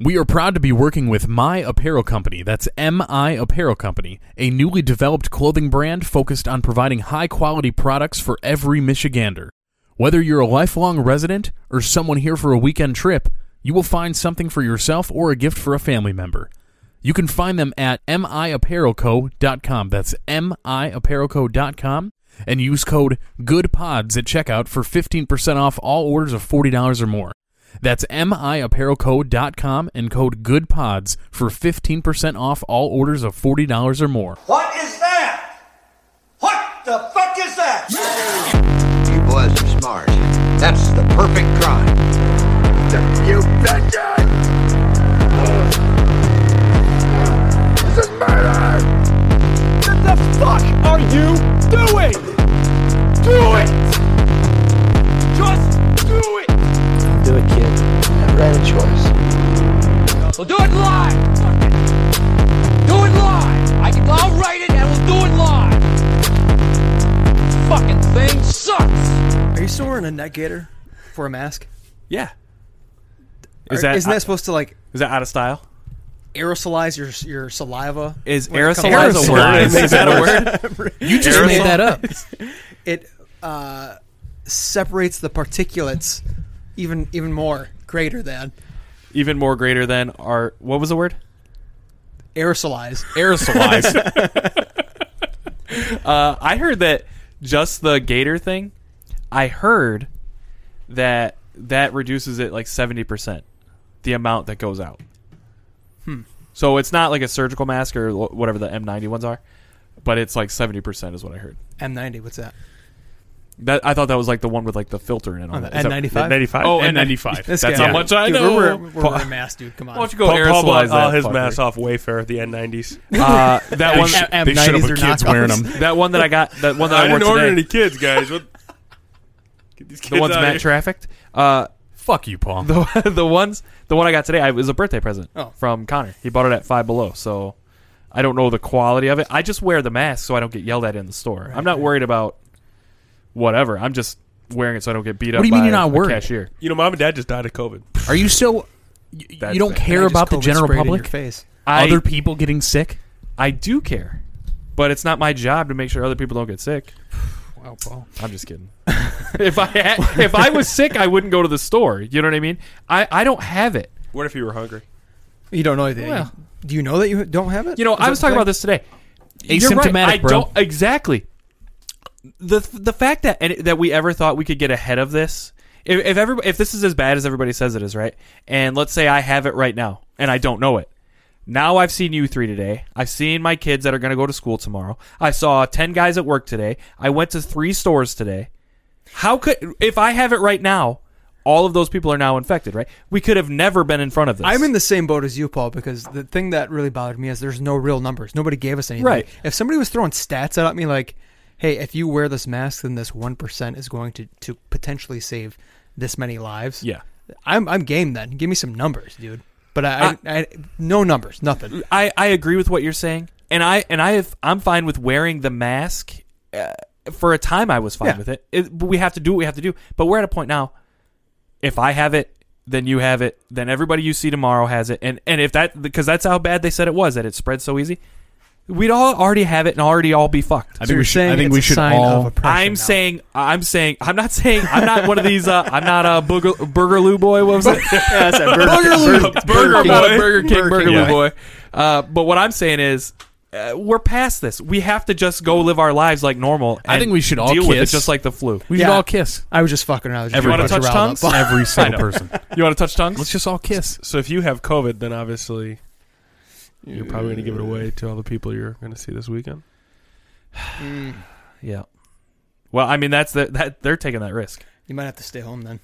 We are proud to be working with My Apparel Company, that's MI Apparel Company, a newly developed clothing brand focused on providing high quality products for every Michigander. Whether you're a lifelong resident or someone here for a weekend trip, you will find something for yourself or a gift for a family member. You can find them at miapparelco.com. That's miapparelco.com. And use code GOODPODS at checkout for 15% off all orders of $40 or more. That's miapparelco.com and code GOODPODS for 15% off all orders of $40 or more. What is that? What the fuck is that? You boys are smart. That's the perfect crime. You bitches! This is murder! What the fuck are you doing? Do it! Just do it! Do it, kid. Never had a choice. We'll do it live! Fuck it. Do it live! I can, I'll write it and we'll do it live! Fucking thing sucks! Are you still wearing a neck gaiter for a mask? Yeah. Is Is that isn't that supposed to like is that out of style? aerosolize your your saliva? Is when it comes out? aerosolize a word? Is, is that a word? You just Aerosol? made that up. It uh, separates the particulates even even more, greater than Even more greater than our what was the word? aerosolize. Aerosolized. Uh, I heard that just the gator thing. I heard that that reduces it like seventy percent, the amount that goes out. Hmm. So it's not like a surgical mask or wh- whatever the M90 ones are, but it's like seventy percent is what I heard. M90, what's that? That I thought that was like the one with like the filter and all that. Is that. N95. Oh, and then N95. This That's guy- how much I dude, know. We're, wearing- we're Paul- wearing masks, dude. Come on. Why don't you go Paul, Paul aerosolize bought all that his fucker. mask off Wayfair at the N90s. Uh, that one, they M90s showed up are with kids knockoffs. wearing them. that one that I got, that one that I, I wore didn't order today, any kids, guys. What? Get these the kids ones out of here. Matt trafficked. Uh, Fuck you, Paul. the the ones the one I got today I, was a birthday present Oh. from Connor. He bought it at Five Below, so I don't know the quality of it. I just wear the mask so I don't get yelled at in the store. I'm not worried about whatever. I'm just wearing it so I don't get beat up. do you mean by you're not a worried? Cashier. You know, mom and dad just died of COVID. Are you so. You, That's you don't bad. And I care just about the COVID general sprayed it in your public? face. I Other people getting sick? I do care, but it's not my job to make sure other people don't get sick. Wow, Paul. I'm just kidding. if I had, if I was sick, I wouldn't go to the store. You know what I mean? I, I don't have it. What if you were hungry? You don't know anything. Well. Do you know that you don't have it? You know, Is I that the was talking thing? about this today. Asymptomatic, I bro. Don't, exactly. The the fact that and that we ever thought we could get ahead of this. If if, every, if this is as bad as everybody says it is, right? And let's say I have it right now and I don't know it. Now I've seen you three today. I've seen my kids that are going to go to school tomorrow. I saw 10 guys at work today. I went to three stores today. How could if I have it right now, all of those people are now infected, right? We could have never been in front of this. I'm in the same boat as you, Paul, because the thing that really bothered me is there's no real numbers. Nobody gave us anything. Right. If somebody was throwing stats at me like, hey, if you wear this mask, then this 1% is going to, to potentially save this many lives. Yeah. I'm, I'm game then. Give me some numbers, dude. But I, I, I no numbers, nothing. I, I agree with what you're saying, and I and I have, I'm fine with wearing the mask. Uh, for a time, I was fine Yeah. with it. it. but We have to do what we have to do. But we're at a point now. If I have it, then you have it. Then everybody you see tomorrow has it. And and if that because that's how bad they said it was that it spread so easy. We'd all already have it and already all be fucked. I So think we you're should, saying I think it's we a should sign all. of oppression I'm now. saying, I'm saying, I'm not saying, I'm not one of these. Uh, I'm not a Booger, Burgerloo boy. What was it? Burgerloo, Burger I'm not a Burger King Burgerloo boy. Uh, but what I'm saying is, uh, we're past this. We have to just go live our lives like normal. I and think we should all deal with it, kiss. just like the flu. we Yeah. should all kiss. I was just fucking around. I was just Everyone trying touch rile them tongues? up. Every single person. You want to touch tongues? Let's just all kiss. So if you have COVID, then obviously you're probably going to give it away to all the people you're going to see this weekend. yeah. Well, I mean, that's the, that they're taking that risk. You might have to stay home then.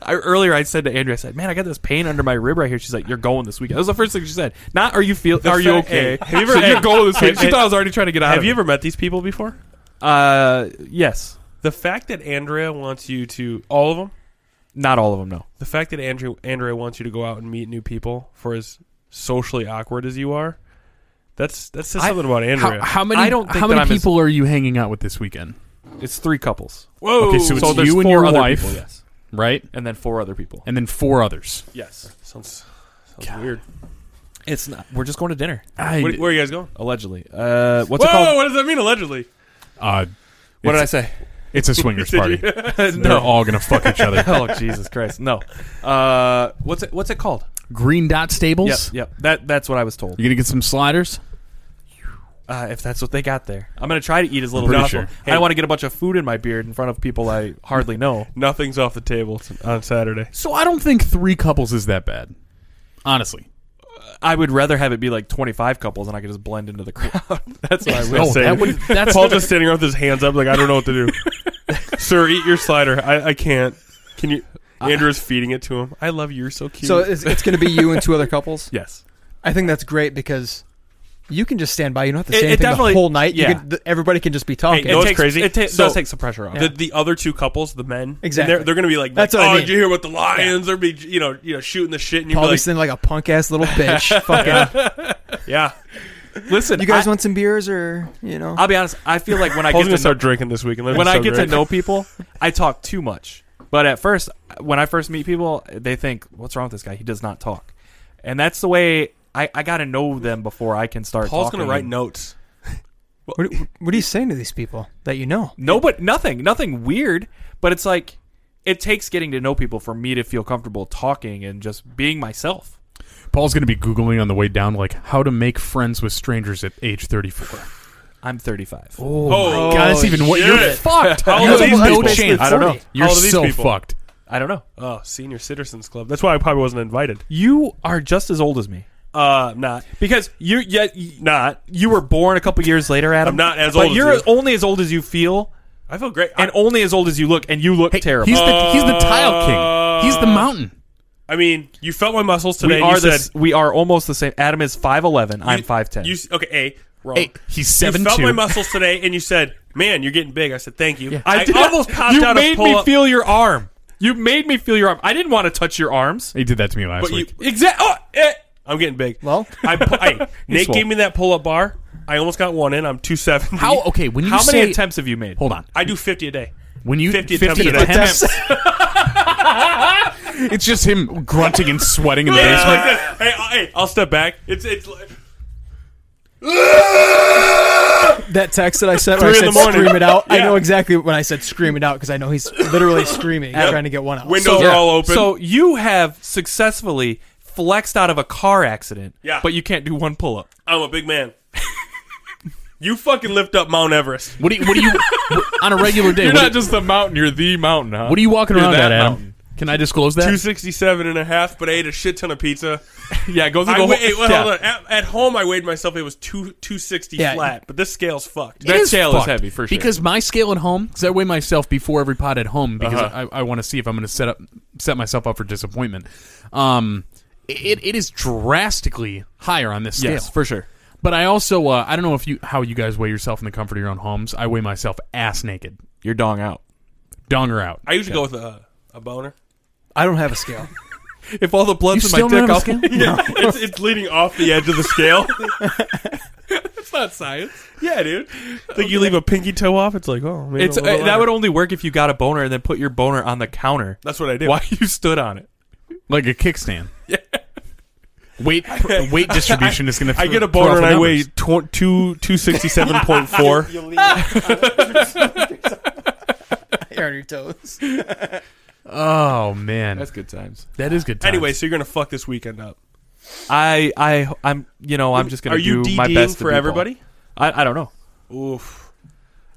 I, earlier, I said to Andrea, I said, "Man, I got this pain under my rib right here." She's like, "You're going this weekend." That was the first thing she said. Not, "Are you feel? Are you fact- okay?" hey, have you She ever- said, "You're going this hey, weekend." She hey, thought I was already trying to get out. Have of you it. ever met these people before? Uh, yes. The fact that Andrea wants you to all of them. Not all of them, no. The fact that Andrea Andrea wants you to go out and meet new people for as socially awkward as you are. That's that says I- something about Andrea. How, how many, I don't think how that many I'm as- people are you hanging out with this weekend? It's three couples. Whoa! Okay, so it's there's you and four your other wife. people, yes. right? and then four other people. And then four others. Yes, Sounds, sounds weird. it's not. We're just going to dinner I, Where, where are you guys going? allegedly. Uh, what's Whoa! it called? What does that mean? Allegedly. uh, What did I it's- say? It's a swingers Did party. you- They're all gonna fuck each other. Oh Jesus Christ! No. Uh, what's it? What's it called? Green dot Yep, stables. yep. That that's what I was told. You gonna get some sliders? Uh, if that's what they got there, I'm gonna try to eat as little as pretty possible. sure. I don't want to get a bunch of food in my beard in front of people I hardly know. Nothing's off the table on Saturday. So I don't think three couples is that bad. Honestly. I would rather have it be like 25 couples and I could just blend into the crowd. that's what I Oh, would say. that would- that's- Paul just standing around with his hands up, like I don't know what to do. Sir, eat your slider. I, I can't. Can you? Andrew's feeding it to him. I love you. You're so cute. So it's, it's going to be you and two other couples. Yes. I think that's great because you can just stand by. You don't have to It- say it anything definitely- the whole night. yeah. You can, th- everybody can just be talking. Hey, no, It it's takes- crazy. It ta- So- does take some pressure off. the, the other two couples, the men, Exactly. They're, they're going to be like, That's like, what oh, I mean. did you hear what the lions are? Be you know, you know, shooting the shit, and you're Paul like, be sitting like a punk ass little bitch. Fucking. yeah. Listen, You guys I, want some beers or you know? I'll be honest. I feel like when I Paul's get to going to know, start drinking this weekend. when I get to know people, I talk too much. But at first, when I first meet people, they think, "What's wrong with this guy? He does not talk." And that's the way I, I got to know them before I can start. Paul's talking. going to write notes. what, what are you saying to these people that you know? No, but nothing, nothing weird. But it's like it takes getting to know people for me to feel comfortable talking and just being myself. Paul's gonna be googling on the way down, like how to make friends with strangers at age thirty-four. I'm 35. Oh, God, that's even what you're shit. fucked. How you old are have these no people? chance. I don't know. You're How old are these so people? fucked. I don't know. Oh, senior citizens club. That's why I probably wasn't invited. You are just as old as me Uh, not because you yeah, y- not. you were born a couple years later, Adam. I'm not as but old as You're you. only as old as you feel, I feel great. and only as old as you look, and you look terrible. He's the he's the tile king. He's the Uh, mountain. I mean, you felt my muscles we today. and are you the, said, s- we are almost the same. Adam is 5'11. I'm you- 5'10. You s- okay? A wrong. Hey, he's seven You felt two. my muscles today, and you said, "Man, you're getting big." I said, "Thank you." I, did, almost popped you out made a pull me up, feel your arm. You made me feel your arm. I didn't want to touch your arms. He did that to me last but you week. exactly. Oh, eh, I'm getting big. Well. I, pu- hey, Nate swole. gave me that pull up bar. I almost got one in. I'm two seventy. How okay? When you How say many attempts have you made? hold on, I do fifty a day. when you 50 attempts a day. attempts, it's just him grunting and sweating in the basement. hey, I- hey, I'll step back. It's it's like- That text that I sent when I Three said in the morning. scream it out. I Yeah. know exactly when I said scream it out because I know he's literally screaming, trying to get one out. windows Yeah. are all open. So you have successfully flexed out of a car accident, Yeah. but you can't do one pull up. I'm a big man. you fucking lift up Mount Everest. What do you? What do you? on a regular day, You're what, not do, just the mountain, you're the mountain, huh? what are you walking You're around that at, Adam? mountain. Can I disclose that? 267 and a half, but I ate a shit ton of pizza. Yeah, go through I the whole. weigh, wait, yeah. hold on. At, at home, I weighed myself. It was two, 260 Yeah. flat, but this scale's fucked. It That scale fucked, is heavy for sure. Because my scale at home, because I weigh myself before every pot at home because Uh-huh. I, I want to see if I'm going to set up set myself up for disappointment. Um, it it is drastically higher on this scale yes, for sure. But I also uh, I don't know if you how you guys weigh yourself in the comfort of your own homes. I weigh myself ass naked, You're dong out. donger out. I usually go with a, a boner. I don't have a scale. If all the blood's You in my still don't have dick, a I'll scale? Yeah, it's, it's leading off the edge of the scale. it's not science. Yeah, dude. Like you leave a pinky toe off, it's like, oh, maybe It's a uh, little that lighter. would only work if you got a boner and then put your boner on the counter. That's what I do. Why you stood on it? like a kickstand. Weight pr- weight distribution is going to. I get a throw boner off and the I weigh numbers. tw- two, 267.4. Hair on your toes. Oh man, That's, good times. good. Times. anyway, so you're going to fuck this weekend up. I I I'm you know I'm just gonna Are you do my DDing best to for be everybody? bald. I I don't know. Oof.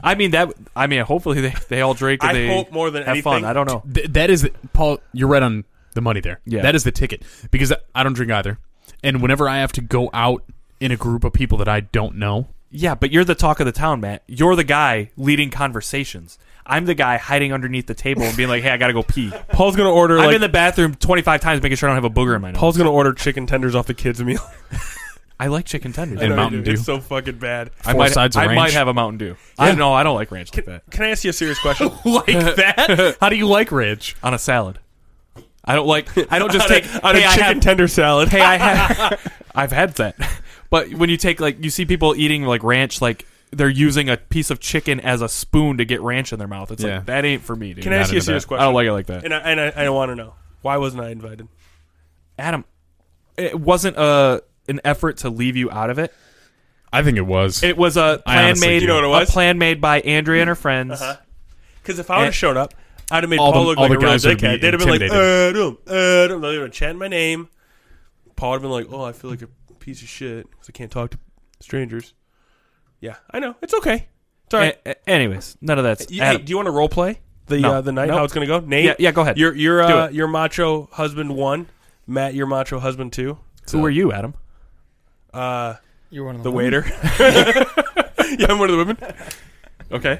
I mean that. I mean hopefully they, they all drink and I they hope more than have fun. anything- I don't know. Th- that is Paul. You're right on the money there. Yeah. that is the ticket because I don't drink either, and whenever I have to go out in a group of people that I don't know, Yeah, but you're the talk of the town, Matt. You're the guy leading conversations. I'm the guy hiding underneath the table and being like, "Hey, I gotta go pee." Paul's going to order I'm like in the bathroom 25 times making sure I don't have a booger in my nose. Paul's gonna order chicken tenders off the kids' meal. I like chicken tenders. And I know Mountain you Dew. It's so fucking bad. I four might, sides of I ranch. might have a Mountain Dew. I know I don't like ranch like that. Can I ask you a serious question? like that how do you like ranch? on a salad. I don't like. I don't just on take. a, on hey, a I chicken have- tender salad. hey, I have. I've had that, but when you take like you see people eating like ranch like they're using a piece of chicken as a spoon to get ranch in their mouth. It's Yeah. like that ain't for me, dude. Can I ask you a into serious that. I question? don't like it like that. And I, and I, I want to know why wasn't I invited? Adam, it wasn't a an effort to leave you out of it. I think it was. It was a I plan honestly made. do. You know what it a was? plan made by Andrea and her friends. Uh-huh. Because if I would And- have showed up, I'd have made Eh. All Paul the- look all like the a real guys would be dickhead. They'd have been like, intimidated. Adam, Adam. They would have chanted my name. Paul would have been like, oh, I feel like a piece of shit because I can't talk to strangers. Yeah, I know. It's okay. It's all right. A- a- anyways, none of that's. You- hey, Adam, do you want to role play the No. uh, the night Nope. how it's gonna go? Nate, Yeah, yeah, go ahead. You're you're Do uh, it. you're macho husband one. Matt, you're macho husband two. who are you, Adam? Uh, You're one of the waiter. yeah, I'm one of the women. Okay.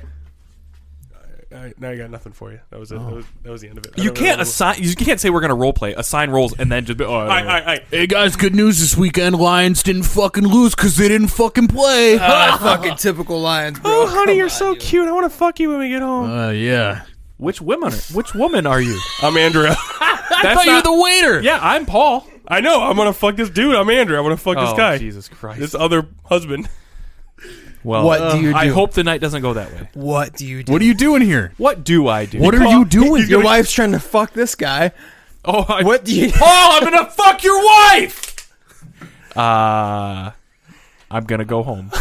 All right, now I got nothing for you. That was it. That, was, that was the end of it. I You don't can't really- assign. You can't say we're gonna role play. Assign roles and then just. Be, oh, All right, all right, all right. Hey guys, good news this weekend. Lions didn't fucking lose because they didn't fucking play. fucking typical Lions, bro. Oh, honey, you're so cute. I want to fuck you when we get home. Uh, yeah. Which women? Are, which woman are you? I'm Andrea. I thought you were the waiter. Yeah, I'm Paul. Oh, I know. I'm gonna fuck this dude. I'm Andrea. I'm gonna fuck this guy. Jesus Christ. This other husband. well, What do you I do? hope the night doesn't go that way. What do you do? What are you doing here? What do I do? What are you doing? Your wife's trying to fuck this guy. Oh, I, What do you? Paul, I'm gonna fuck your wife. Uh, I'm gonna go home.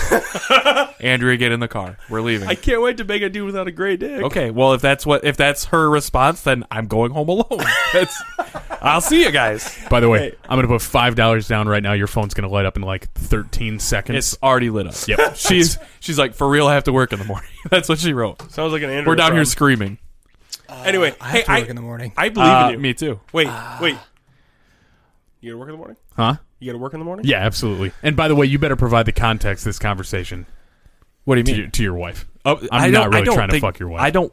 Andrea, get in the car. We're leaving. I can't wait to make a dude without a gray dick. okay. Well, if that's what if that's her response, then I'm going home alone. That's, I'll see you guys. By the way, I'm gonna put five dollars down right now. Your phone's gonna light up in like 13 seconds. It's already lit up. yep. She's she's like for real. I have to work in the morning. That's what she wrote. Sounds like an Andrea. We're down here problem. screaming. Anyway, I hey, have to I, work in the morning. I believe Uh, in you. me too. Wait, wait. You gotta work in the morning. Huh? You gotta work in the morning. Yeah, absolutely. And by the way, you better provide the context of this conversation What do you to mean? your, to your wife. Oh, I'm I not don't- really I don't trying to think- fuck your wife. I don't.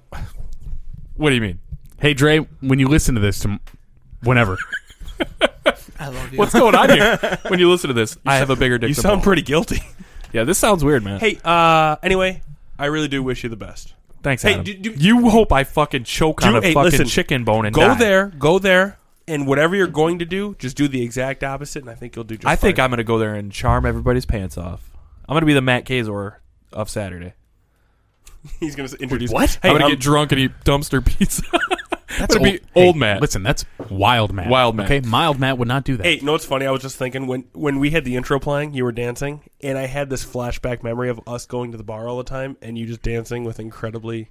What do you mean? Hey Dre, when you listen to this, to whenever. I love you. What's going on here? when you listen to this, I have a bigger dick. You than sound Paul. pretty guilty. Yeah, this sounds weird, man. hey, uh, anyway, I really do wish you the best. thanks. hey, Adam. do- do- you hope I fucking choke on Do- a hey, fucking listen. chicken bone and Go die. there, go there, and whatever you're going to do, just do the exact opposite, and I think you'll do just I think fine. I'm gonna go there and charm everybody's pants off. I'm gonna be the Matt Kazor of Saturday. he's going to introduce what? Hey, I'm gonna um, get drunk and eat dumpster pizza. That's That's gonna be hey, old Matt. Listen, that's wild Matt. Wild Matt. Okay, mild Matt would not do that. Hey, you know what's funny? I was just thinking when when we had the intro playing, you were dancing, and I had this flashback memory of us going to the bar all the time, and you just dancing with incredibly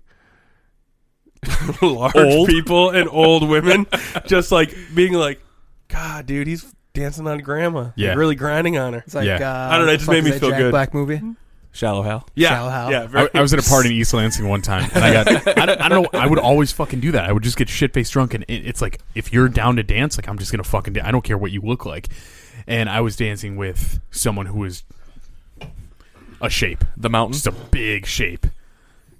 large Old? people and old women, just like being like, "God, dude, he's dancing on grandma. Yeah. Like, really grinding on her." It's like, Yeah. uh, I don't know, what it just the made fuck me is that feel Jack good. Black movie. Shallow Hal. Yeah, Shallow Hal. yeah. I, Very, I was at a party in East Lansing one time, and I got I don't, I don't know I would always fucking do that. I would just get shit faced drunk, and it, it's like if you're down to dance, like I'm just gonna fucking da- I don't care what you look like. And I was dancing with someone who was a shape, The mountain. just a big shape,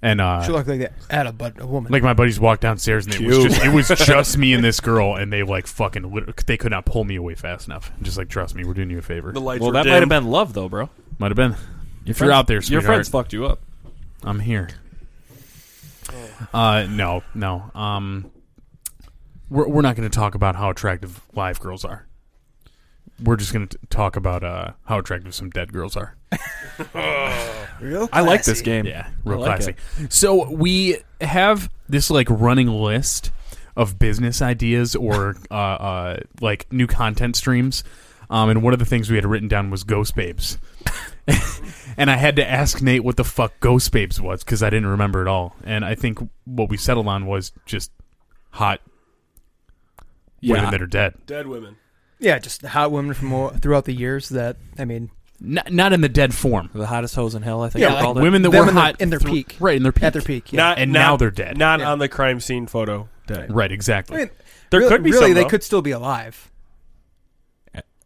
and She uh, looked like that at a but a woman. like my buddies walked downstairs, and it was Cute. just it was just me and this girl, and they like fucking lit- they could not pull me away fast enough. Just like trust me, we're doing you a favor. the lights well, were that dim. might have been love, though, bro. Might have been. If you're out there, your sweetheart, friends fucked you up. I'm here. Uh, no, no. Um, we're we're not going to talk about how attractive live girls are. We're just going to talk about uh, how attractive some dead girls are. Real I like this Oh, classy. game. Yeah, real I like classy. So we have this like running list of business ideas or uh, uh, like new content streams. Um, and one of the things we had written down was Ghost Babes. and I had to ask Nate what the fuck Ghost Babes was because I didn't remember at all. And I think what we settled on was just hot women that are dead. dead women. Yeah, just hot women from all- throughout the years that I mean, Not, not in the dead form. The hottest hose in hell, I think. Yeah, they like called it. Women that them were in their- hot in their thr- peak. Right, in their peak. at their peak. Yeah. Not, And not- now they're dead. Not Yeah. on the crime scene photo day. Right, exactly. I mean, There real- could be really some, they though. could still be alive,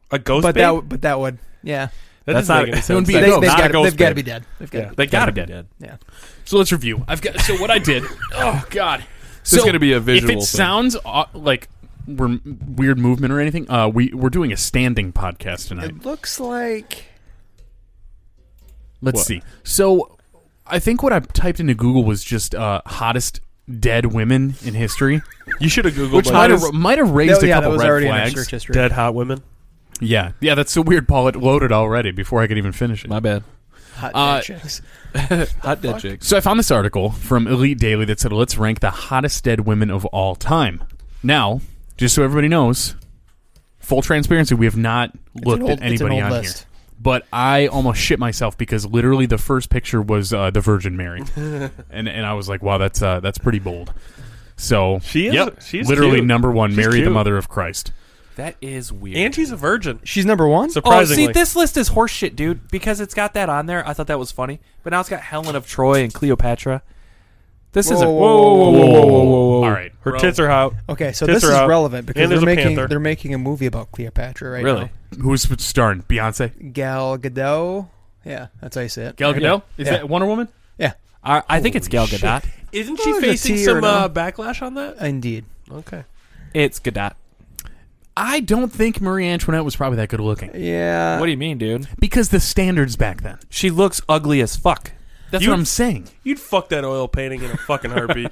A ghost but babe? that w- but that would yeah. That That's doesn't not- make any that sense. wouldn't be They, a ghost. they've Not got a ghost to be babe. dead. They've got Yeah. to They gotta be Gotta be dead. yeah. So let's review. I've got so what I did. oh God, This is gonna be a visual If it thing. sounds uh, like we're m- weird movement or anything, uh, we we're doing a standing podcast tonight. It looks like Let's see. So I think what I typed into Google was just uh, hottest dead women in history, You should have googled which like, might have might have raised No, a yeah, that couple was red already in our search flags. history. dead hot women. Yeah, yeah, that's so weird. Paul, it loaded already before I could even finish it. My bad. Hot Uh, dad chicks. Hot dead chicks. So I found this article from Elite Daily that said, let's rank the hottest dead women of all time. Now, just so everybody knows, full transparency, we have not looked old- at it's an anybody old on list. here. But I almost shit myself because literally the first picture was uh, the Virgin Mary, and and I was like, wow, that's uh, that's pretty bold. So She is- yep, she's literally cute. number one, She's Mary the cute. Mother of Christ. That is weird. And she's a virgin. She's number one. Oh, Surprisingly. see, this list is horseshit, dude. Because it's got that on there, I thought that was funny. But now it's got Helen of Troy and Cleopatra. This isn't. Whoa, whoa, whoa, whoa, whoa, whoa, whoa. All right. Her Bro. tits are out. okay, so Tits this are is out. relevant because And they're there's a making panther. they're making a movie about Cleopatra right Really? Who's starring Beyonce? now. Gal Gadot. Yeah, that's how you say it. Gal right? Gadot is Yeah. that Wonder Woman? Yeah, I, I think it's Gal Gadot. Isn't Oh, she there's a facing tear some now. uh, backlash on that? indeed. Okay. It's Gadot. I don't think Marie Antoinette was probably that good looking Yeah. What do you mean, dude? because the standards back then. She looks ugly as fuck. That's You- what I'm saying. You'd fuck that oil painting in a fucking heartbeat.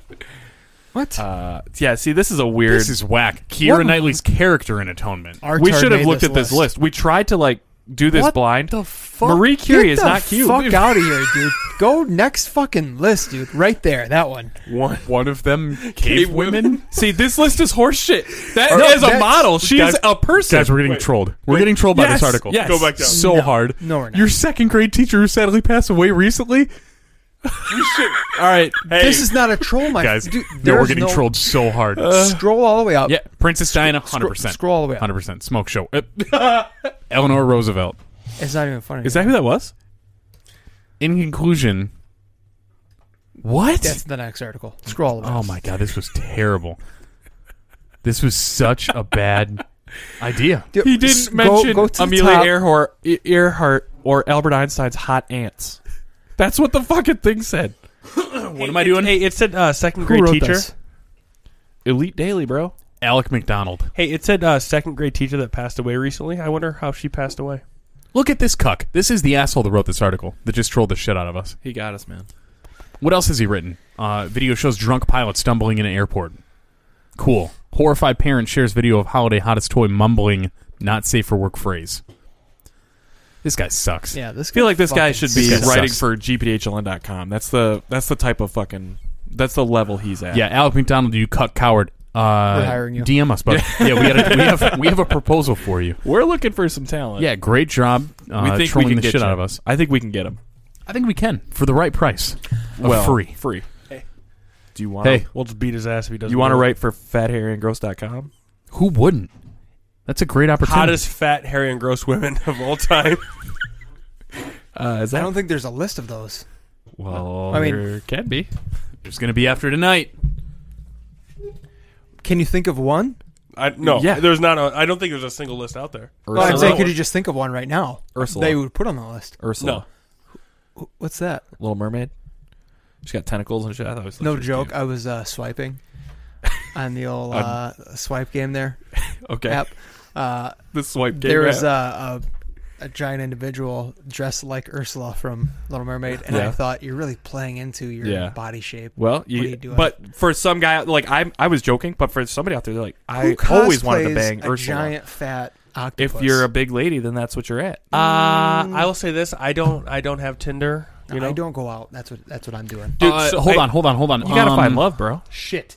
What? Uh, yeah. See, this is a weird. This is whack. Keira Knightley's character in Atonement. Our we turd should have made looked at this list. We tried to like do this What blind. the fuck? Marie Curie Get is the not cute. Fuck out of here, dude. Go next fucking list, dude. Right there, that one. One, one of them cave women. See, this list is horseshit. That No, is a that's- model. She's Guys- a person. Guys, we're getting Wait. trolled. We're Wait. getting trolled by Yes, this article. yes. Go back down. So hard. No, we're not. Your second grade teacher who sadly passed away recently. All right. This is not a troll, my Guys, Dude, no, we're there's getting no- trolled so hard. Scroll all the way up. yeah, Princess Diana, hundred Scroll, percent. scroll all the way up. hundred percent. Smoke show. Uh, Eleanor Roosevelt. It's not even funny. Is that who that was? In conclusion, what? That's the next article. Scroll all the way. Oh up. my god, this was terrible. This was such a bad idea. Dude, He s- didn't go- mention go to the Amelia top. Earhart, E- Earhart or Albert Einstein's hot ants. That's what the fucking thing said. What am I doing? Hey, it said uh, second Who grade wrote teacher. this? Elite Daily, bro. Alec McDonald. Hey, it said uh, second grade teacher that passed away recently. I wonder how she passed away. Look at this cuck. This is the asshole that wrote this article that just trolled the shit out of us. He got us, man. What else has he written? Uh, video shows drunk pilot stumbling in an airport. Cool. Horrified parent shares video of holiday hottest toy mumbling "not safe for work" phrase. This guy sucks. Yeah, this. I feel like this guy fucking should be This guy writing sucks. for gphln.com. That's the that's the type of fucking that's the level he's at. Yeah, Alec McDonald, you cuck coward. Uh, We're hiring you. DM us, but yeah, we, had a, we have we have a proposal for you. We're looking for some talent. Yeah, great job uh, we think we trolling can the get shit you. out of us. I think we can get him. I think we can for the right price. Of Well, free. free. Do you want? Hey, We'll just beat his ass if he doesn't. you want to do it. write for fathairandgross.com? who wouldn't? That's a great opportunity. hottest fat, hairy, and gross women of all time? Uh, is I that don't think there's a list of those. well? I mean- there can be. There's going to be after tonight. Can you think of one? I, no, Yeah. there's not. A, I don't think there's a single list out there. No, I'm Ursula. saying, could you just think of one right now? Ursula. They would put on the list. Ursula. No. What's that? Little Mermaid. She's got tentacles and shit. I thought it was No she was joke. I was uh, swiping on the old Um, uh, swipe game there cute. Okay. app. Uh, The swipe game. there was app. uh, a, a giant individual dressed like Ursula from Little Mermaid, and Yeah. I thought you're really playing into your Yeah. body shape. well, are you, you doing? but for some guy, like I, I was joking, but for somebody out there, they're like I Who always wanted to cosplays bang a Ursula. giant fat if octopus. you're a big lady, then that's what you're at. Uh, I will say this: I don't. I don't have Tinder. You know, I don't go out. That's what that's what I'm doing. Dude, Uh, hold I- on, hold on, hold on. You gotta Um, find love, bro. Shit.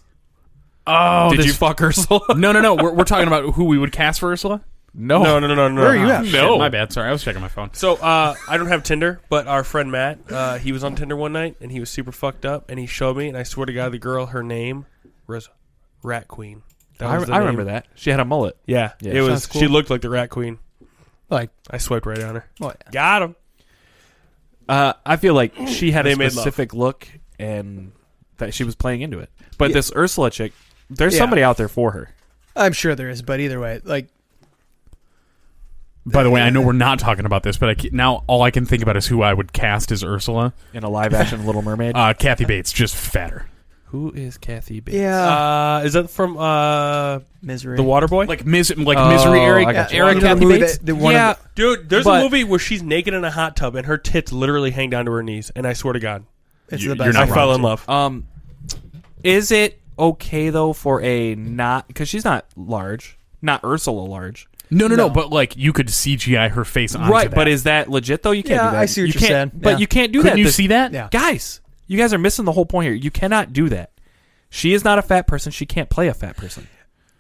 Oh, Did this- you fuck Ursula? no, no, no. We're, we're talking about who we would cast for Ursula. no. No, no, no, no, no. Where are you at? Shit, No. my bad. Sorry, I was checking my phone. So uh, I don't have Tinder, but our friend Matt, uh, he was on Tinder one night and he was super fucked up, and he showed me, and I swear to God, the girl, her name was Rat Queen. I, was the I name. remember that. She had a mullet. Yeah, Yeah. it was. Sounds cool. She looked like the Rat Queen. Like I swiped right on her. what? Got him. Uh, I feel like she had They a made love. specific look and that she was playing into it. But this Ursula chick, there's Yeah. somebody out there for her. I'm sure there is, but either way, like By the way, I know we're not talking about this, but I, ca- now all I can think about is who I would cast as Ursula. in a live action Little Mermaid. Uh, Kathy Bates, just fatter. Who is Kathy Bates? yeah, Uh, is that from uh, misery. The Water Boy? Like mis- like Oh, misery. I Eric, got you. Eric You know the Kathy movie Bates. that- the one yeah, of Dude, there's But- a movie where she's naked in a hot tub and her tits literally hang down to her knees, and I swear to God, the- it's You- the you're best. not I wrong. fell in love. Um, is it okay though for a not because she's not large, not Ursula large. No, no, no, But like, you could CGI her face onto right, that. but is that legit though? You can't. Yeah, do that. I see what you you're can't- saying. But Yeah. you can't do couldn't that. you This- see that? Yeah. guys? You guys are missing the whole point here. You cannot do that. She is not a fat person. She can't play a fat person.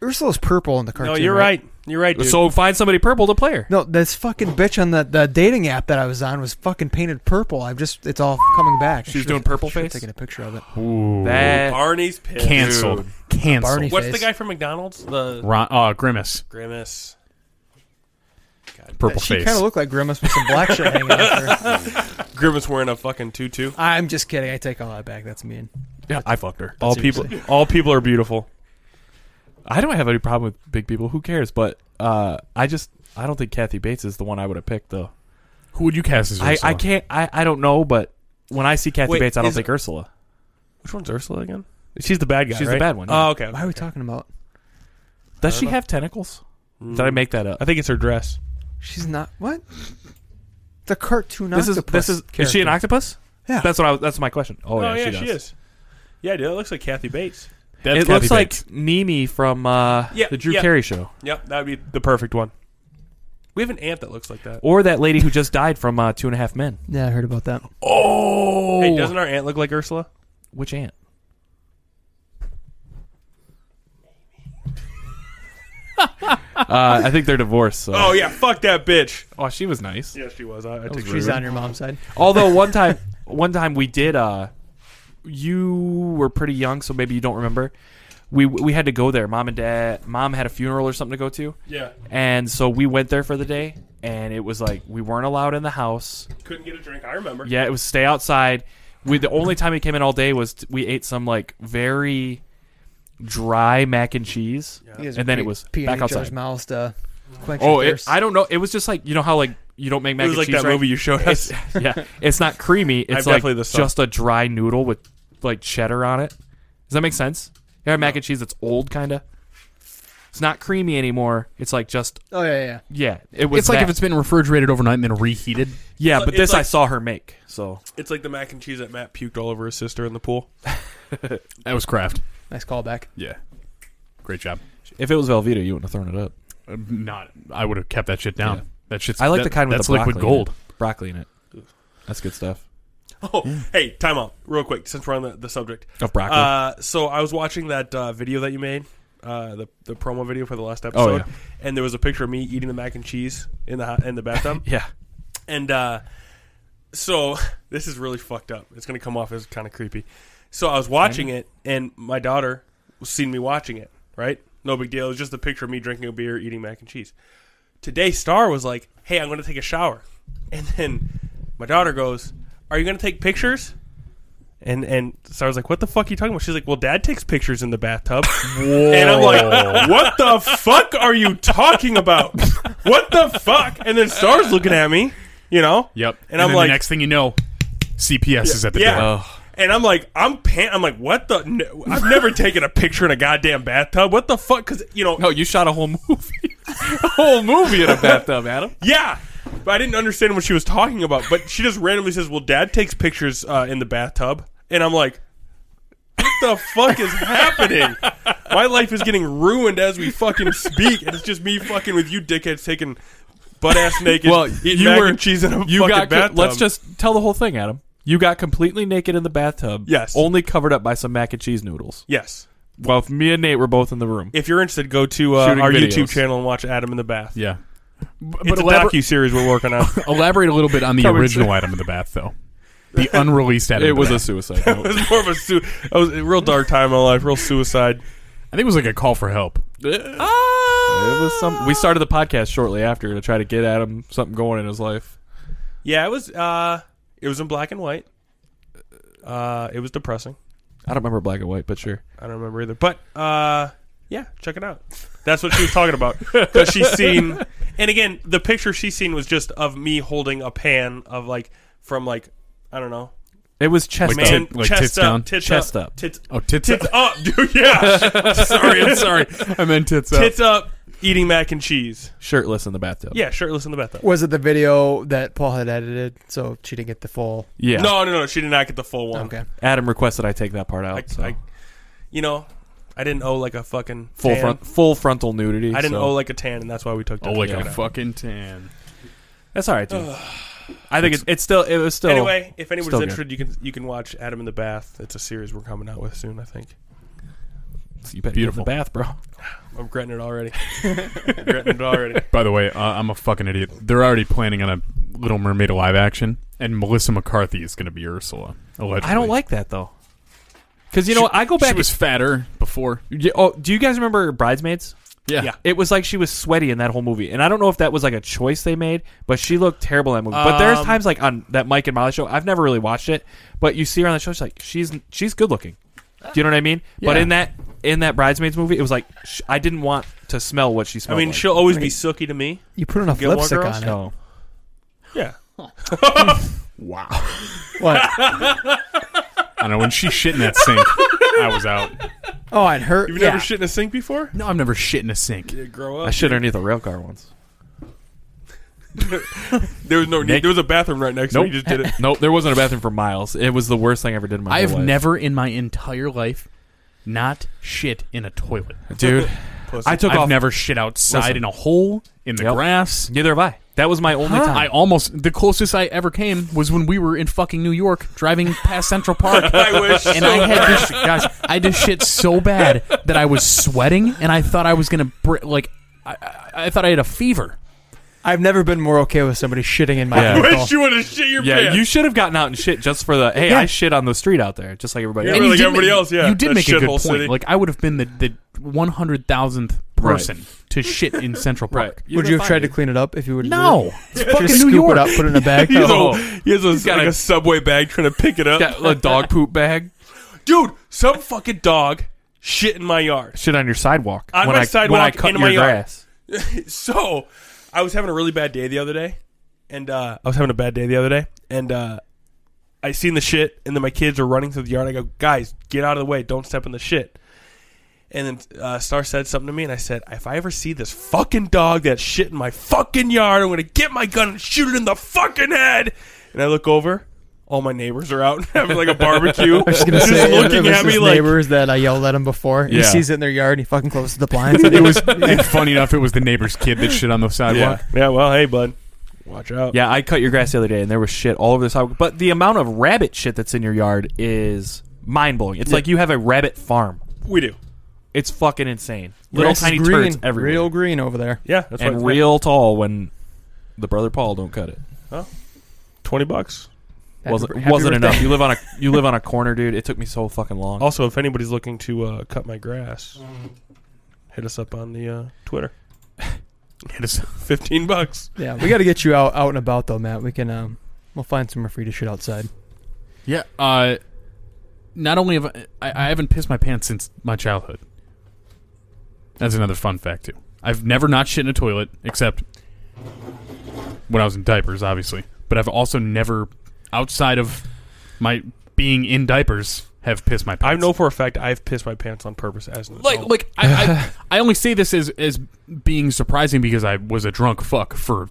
Ursula's purple in the No, cartoon. you're right. You're right, dude. So find somebody purple to play her. No, this fucking bitch on the, the dating app that I was on was fucking painted purple. I'm just, it's all coming back. I She was should've- doing purple should've face? Taking a picture of it. That Barney's pissed. canceled. Canceled. Barney- What's the Face. guy from McDonald's? The Ron, uh, Grimace. grimace. Purple She face. kind of looked like Grimace with some black shit hanging out her. Grimace wearing a fucking tutu. I'm just kidding. I take all that back. That's mean. Yeah, I fucked her. All people, all people are beautiful. I don't have any problem with big people. Who cares? But uh, I just I don't think Kathy Bates is the one I would have picked though. Who would you cast as I, Ursula? I can't. I, I don't know. But when I see Kathy Wait, Bates, I don't is- think Ursula. Which one's Ursula again? She's the bad guy. She's the right? bad one, yeah. Oh, okay. Why are we talking about? Does she have tentacles? Did I make that up? I think it's her dress. She's not. What? The cartoon this is octopus this is is she an character. octopus? Yeah. That's what I. was- That's my question. Oh, Oh, yeah, yeah, she, she, does. is. Yeah, dude, it looks like Kathy Bates. That's it Kathy looks Bates. like Mimi from uh, Yeah, the Drew yeah. Carey show, Yep, that would be the perfect one. We have an aunt that looks like that. or that lady who just died from uh, Two and a Half Men. Yeah, I heard about that. Oh! Hey, doesn't our aunt look like Ursula? Which aunt? uh, I think they're divorced. So. Oh yeah, fuck that bitch. Oh, she was nice. Yes, she was. I, I took She's on your mom's side. Although one time, one time we did. Uh, you were pretty young, so maybe you don't remember. We we had to go there. Mom and dad. Mom had a funeral or something to go to, Yeah, and so we went there for the day. And it was like we weren't allowed in the house. couldn't get a drink. I remember. Yeah, it was stay outside. We the only time we came in all day was t- we ate some like very dry mac and cheese, You guys and were then it pe- was peeing back each other's outside. mouths to quench your Oh, it, uh, thirst. I don't know. It was just like you know how like you don't make mac it was and like cheese. that right? movie you showed us. yeah, it's not creamy. It's like definitely the son. just a dry noodle with like cheddar on it. Does that make sense? You have mac and cheese that's old, kind of. It's not creamy anymore. It's like just Oh yeah, yeah, yeah. yeah. It was. It's like that. if it's been refrigerated overnight and then reheated. yeah, It's but like- this it's I like- saw her make. So It's like the mac and cheese that Matt puked all over his sister in the pool. That was Kraft. Nice callback. Yeah. Great job. if it was Velveeta, you wouldn't have thrown it up. Uh, Not. I would have kept that shit down. Yeah. That shit's. I like that- the kind with that's the broccoli liquid gold. In it. Broccoli in it. That's good stuff. Oh, hey, time out, real quick, since we're on the, the subject. Of broccoli. Uh, so I was watching that uh, video that you made, uh, the the promo video for the last Oh, episode, yeah. and there was a picture of me eating the mac and cheese in the hot- in the bathtub. yeah. And uh, so this is really fucked up. It's gonna come off as kind of creepy. So I was watching it, and my daughter was seeing me watching it. Right, no big deal. It was just a picture of me drinking a beer, eating mac and cheese. Today, Star was like, "Hey, I'm gonna take a shower," and then my daughter goes, "Are you gonna take pictures?" And and Star's like, "What the fuck are you talking about?" She's like, "Well, Dad takes pictures in the bathtub," and I'm like, "What the fuck are you talking about? What the fuck?" And then Star's looking at me, you know. Yep. And, I'm then like, the next thing you know, CPS is at the yeah. door. And I'm like, I'm pan. I'm like, what the? No, I've never taken a picture in a goddamn bathtub. What the fuck? Because you know, No, you shot a whole movie. a whole movie in a bathtub, Adam. yeah. But I didn't understand what she was talking about. But she just randomly says, "Well, Dad takes pictures uh, in the bathtub," and I'm like, what the fuck is happening? My life is getting ruined as we fucking speak, and it's just me fucking with you dickheads taking butt ass naked, Well, eating you mac were- and cheese in a You fucking got. co- bathtub. Let's just tell the whole thing, Adam. You got completely naked in the bathtub. Yes. Only covered up by some mac and cheese noodles. yes. Well, if me and Nate were both in the room. If you're interested, go to uh, Shooting our videos. YouTube channel and watch Adam in the bath. Yeah. B- But It's a elabor- docu series we're working on. elaborate a little bit on the Coming original item in the bath, though. The unreleased item. It in the was a bath. suicide. It note. was more of a su- it was a real dark time in my life, real suicide. I think it was like a call for help. It was some. We started the podcast shortly after to try to get Adam something going in his life. Yeah, it was. Uh, it was in black and white. Uh, it was depressing. I don't remember black and white, but sure. I don't remember either. But uh, yeah, check it out. That's what she was talking about because she's seen. And again, the picture she's seen was just of me holding a pan of like from like I don't know, It was chest Like up. man, tit- like chest tits up, down? tits Chest up, up. tits. Oh, tits. Tits up, dude. Yeah, sorry, I'm sorry. I meant tits up. tits up, eating mac and cheese. shirtless in the bathtub. Yeah, shirtless in the bathtub. Was it the video that Paul had edited, so she didn't get the full? Yeah. No, no, no. She did not get the full one. Okay. Adam requested I take that part out. I, so. I, you know, I didn't owe like a fucking Full tan. front, full frontal nudity. I didn't so- owe like a tan, and that's why we took. Oh, like Dr. a Dre out. fucking tan. That's all right, dude. I think it's, it's still it was still Anyway, if still anyone's good. interested, you can you can watch Adam in the Bath. It's a series we're coming out with soon. I think You better Beautiful. get in the bath, bro. I'm regretting it already. regretting it already. By the way, uh, I'm a fucking idiot. They're already planning on a Little Mermaid live action, and Melissa McCarthy is going to be Ursula. Allegedly. I don't like that though, because you know I go back. She was fatter before. Yeah, oh, do you guys remember Bridesmaids? Yeah. Yeah. It was like she was sweaty in that whole movie, and I don't know if that was like a choice they made, but she looked terrible in that movie. but there's Um, times like on that Mike and Molly show, I've never really watched it, but you see her on the show, she's like she's she's good looking. Do you know what I mean? But Yeah. in that in that Bridesmaids movie, it was like sh- I didn't want to smell what she I smelled. mean, like. she'll always be sooky to me. You put enough Gilmore lipstick Girls? on it. no. Yeah. What? I don't know when she shit in that sink. I was out. Oh, and her. You've yeah. never shit in a sink before? No, I've never shit in a sink. Yeah, grow I up. shit underneath a rail car once. There was no need. Nick- There was a bathroom right next Nope. to me. You just did it. Nope, there wasn't a bathroom for miles. It was the worst thing I ever did in my I whole have life. never in my entire life not shit in a toilet. dude. I took I've off. never shit outside Listen. in a hole in the Yep. grass. Ah, Neither have I. That was my only time. I almost the closest I ever came was when we were in fucking New York driving past Central Park. I wish. and I had this guys, I did shit so bad that I was sweating and I thought I was gonna br- like I, I, I thought I had a fever. I've never been more okay with somebody shitting in my Yeah. I vehicle. wish you would have shit your Yeah, pants. you should have gotten out and shit just for the hey, Yeah. I shit on the street out there, just like everybody Yeah, else. you really did everybody make- else, yeah, you did that make a good shithole point. city. Like I would have been the the one hundred thousandth person to shit in Central Park. Would you have tried to clean it up if you would? No, it's fucking Just New scoop York. it up, put it in a bag. Oh. He has, No. a, he has a, got like a- a subway bag trying to pick it up. Got a dog poop bag? Dude, some fucking dog shit in my yard. Shit on your sidewalk. On when my I, sidewalk, when I cut in your my yard. grass. So, I was having a really bad day the other day, and uh, I was having a bad day the other day, and uh, I seen the shit, and then my kids are running through the yard. I go, guys, get out of the way! Don't step in the shit. And then uh, Star said something to me, and I said, if I ever see this fucking dog that shit in my fucking yard, I'm gonna get my gun and shoot it in the fucking head. And I look over. All my neighbors are out having like a barbecue. I was gonna just say, looking it was at his me like, neighbors that I yelled at him before. He Yeah. sees it in their yard and he fucking closes the blinds. it was and funny enough. It was the neighbor's kid that shit on the sidewalk. Yeah, well, hey, bud. Watch out. Yeah, I cut your grass the other day, and there was shit all over the sidewalk. But the amount of rabbit shit that's in your yard is mind blowing. It's like you have a rabbit farm. we do. It's fucking insane. Little Grass is tiny green, turds everywhere, real green over there. Yeah, that's and what- real tall. When the brother Paul don't cut it, Twenty bucks. Happy wasn't bir- happy wasn't birthday. enough. You live on a you live on a corner, dude. It took me so fucking long. Also, if anybody's looking to uh, cut my grass, hit us up on the uh, Twitter. It is- Fifteen bucks. Yeah, we got to get you out out and about though, Matt. We can um, we'll find somewhere for you to shit outside. Yeah. Uh, not only have I, I, I haven't pissed my pants since my childhood. That's another fun fact too. I've never not shit in a toilet except when I was in diapers, obviously. But I've also never, outside of my being in diapers, have pissed my I pants. know for a fact I've pissed my pants on purpose as an like adult. like I, I, I only say this as as being surprising because I was a drunk fuck for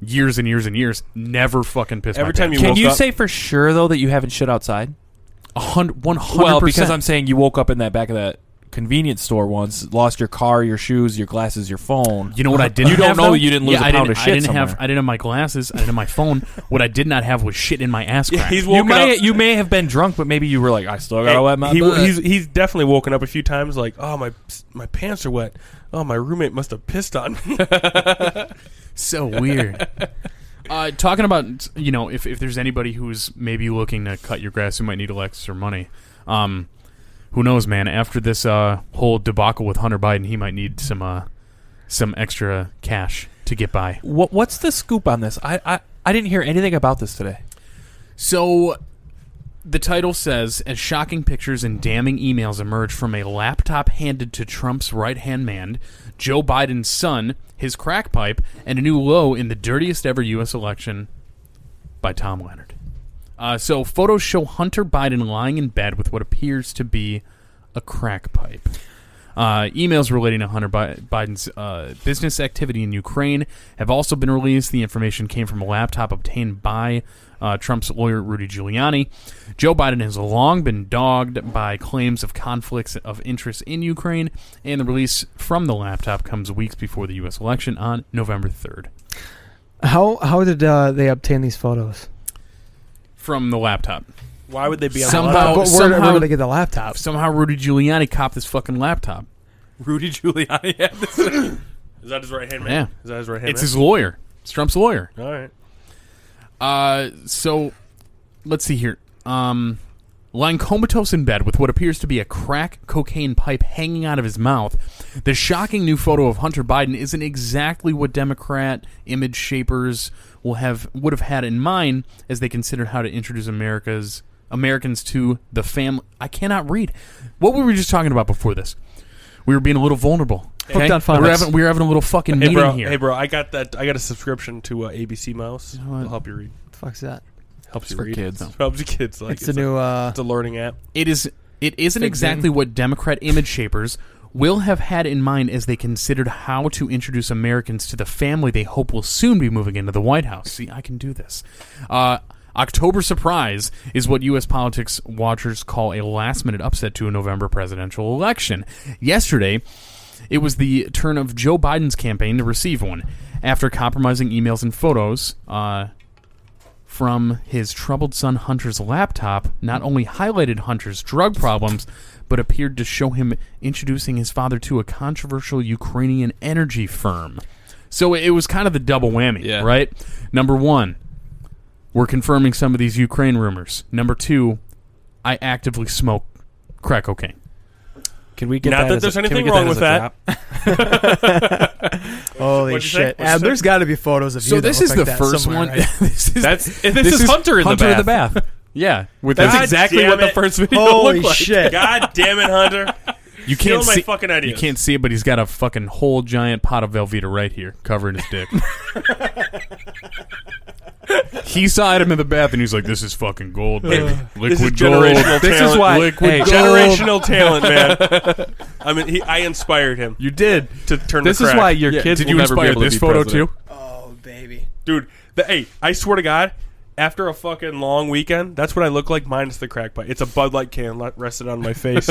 years and years and years. Never fucking pissed my Every time pants. you Can woke you up- say for sure though that you haven't shit outside? A hundred- 100%. Well, because I'm saying you woke up in that back of that convenience store once, lost your car, your shoes, your glasses, your phone. Uh-huh. You know what I didn't? You don't have, know though? you didn't lose yeah, a I pound didn't- of shit I didn't have. somewhere. I didn't have my glasses. I didn't have my phone. what I did not have was shit in my ass crack. he's You woken may up. you may have been drunk, but maybe you were like, I still got to wet my he, butt. he's he's definitely woken up a few times. Like, oh my my pants are wet. Oh, my roommate must have pissed on me. so weird. uh, talking about you know if if there's anybody who's maybe looking to cut your grass who might need Alexis or money, um, who knows, man? After this uh, whole debacle with Hunter Biden, he might need some uh, some extra cash to get by. what what's the scoop on this? I, I I didn't hear anything about this today. So the title says as shocking pictures and damning emails emerge from a laptop handed to Trump's right-hand man, Joe Biden's son, his crack pipe, and a new low in the dirtiest ever US election by Tom Leonard. Uh, so photos show Hunter Biden lying in bed with what appears to be a crack pipe. Uh, emails relating to Hunter Bi- Biden's uh, business activity in Ukraine have also been released. The information came from a laptop obtained by uh, Trump's lawyer, Rudy Giuliani. Joe Biden has long been dogged by claims of conflicts of interest in Ukraine, and the release from the laptop comes weeks before the U.S. election on November 3rd. How how did uh, they obtain these photos? From the laptop. Why would they be on Somehow- the But laptop? where, where somehow- did they get the laptop? Somehow Rudy Giuliani copped this fucking laptop. Rudy Giuliani had this. Is that his right hand man? Yeah. Is that his right hand It's his lawyer. It's Trump's lawyer. man? All right. Uh, so let's see here. Um, lying comatose in bed with what appears to be a crack cocaine pipe hanging out of his mouth, the shocking new photo of Hunter Biden isn't exactly what Democrat image shapers will have would have had in mind as they considered how to introduce America's Americans to the family. I cannot read. What were we just talking about before this? We were being a little vulnerable. Okay? Hooked on phonics. we were having we were having a little fucking Hey meeting bro, here. hey bro, I got that. I got a subscription to uh, ABC Mouse. know what? It'll help you read. the fuck's that? Helps you for read. kids. Helps you kids. Like It's a new. Uh, It's a learning app. it is it isn't exactly what Democrat image shapers will have had in mind as they considered how to introduce Americans to the family they hope will soon be moving into the White House. See, I can do this. Uh, October surprise is what U.S. politics watchers call a last minute upset to a November presidential election. Yesterday, it was the turn of Joe Biden's campaign to receive one after compromising emails and photos. Uh, from his troubled son Hunter's laptop not only highlighted Hunter's drug problems, but appeared to show him introducing his father to a controversial Ukrainian energy firm. So it was kind of the double whammy, Yeah. right? Number one, we're confirming some of these Ukraine rumors. Number two, I actively smoke crack cocaine. Can we get Not that as a- there's can we anything get wrong as with a that. drop? holy what'd you say? shit! What'd you Ab, say? there's got to be photos of you. So that this look is like the that first somewhere, one. right? this is That's this, is Hunter in Hunter the bath. bath. yeah, with That's his- God exactly damn what the it. first video Holy looked like. shit! God damn it, Hunter! you Kill can't my see. fucking You ideas. can't see it, but he's got a fucking whole giant pot of Velveeta right here covering his dick. he saw him in the bath and he's like, "This is fucking gold, baby. Liquid This is gold." generational This is talent. why. Liquid hey, gold. generational talent, man. I mean, he, I inspired him You did. to turn. This to is crack. why your Yeah, kids Did will you never be inspire able to this be photo president. too? Oh baby. dude. The, hey, I swear to God, after a fucking long weekend, that's what I look like minus the crack pipe. It's a Bud Light can le- rested on my face.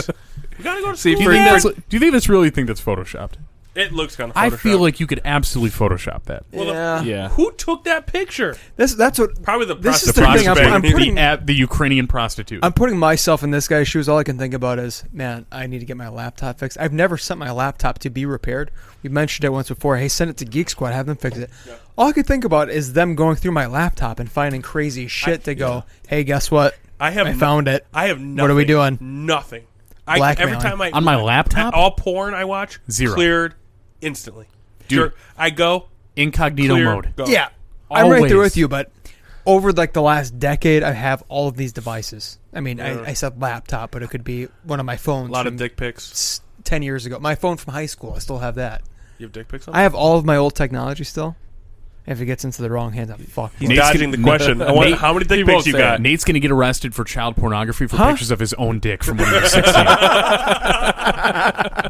we gotta go to See, Do school. you, think man. that's, do you think that's really think that's photoshopped? it looks kind of. I feel like you could absolutely photoshop that. Well, the- yeah. Yeah. who took that picture? This that's what Probably the This is prostitute. the thing, I'm- babe. I'm putting- the, at the Ukrainian prostitute. I'm putting myself in this guy's shoes. All I can think about is, man, I need to get my laptop fixed. I've never sent my laptop to be repaired. We mentioned it once before. Hey, send it to Geek Squad, have them fix it. All I could think about is them going through my laptop and finding crazy shit to go. Hey, guess what? I have I no- found it. I have nothing. What are we doing? Nothing. I, every Blackmailing. time I On my laptop? all porn I watch Zero. cleared instantly. Dude. Sure, I go Incognito clear mode. go. Yeah, I'm right there Always. with you. But over like the last decade, I have all of these devices. I mean, Yeah. I, I said laptop, but it could be one of my phones. A lot of from dick pics. s- ten years ago. My phone from high school. I still have that. You have dick pics. On I have all of my old technology still. If it gets into the wrong hands, I'm fucked. He's Nate's dodging gonna- the question. I want, Nate- how many dick won't pics you say got? Nate's going to get arrested for child pornography for pictures of his own dick from when he was 16.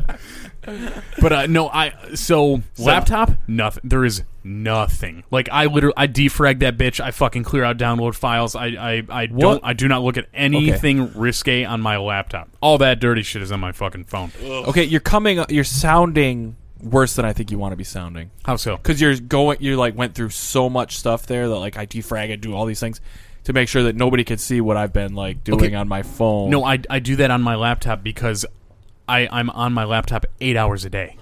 but uh, no, I so, laptop nothing. There is nothing. Like I literally I defrag that bitch. I fucking clear out download files. I I, I don't I do not look at anything risque on my laptop. All that dirty shit is on my fucking phone. Okay, you're coming. You're sounding worse than I think you want to be sounding. How so? because you're going you like went through so much stuff there that like I defrag and do all these things to make sure that nobody could see what I've been like doing Okay. on my phone. No, I I do that on my laptop because I I'm on my laptop 8 hours a day.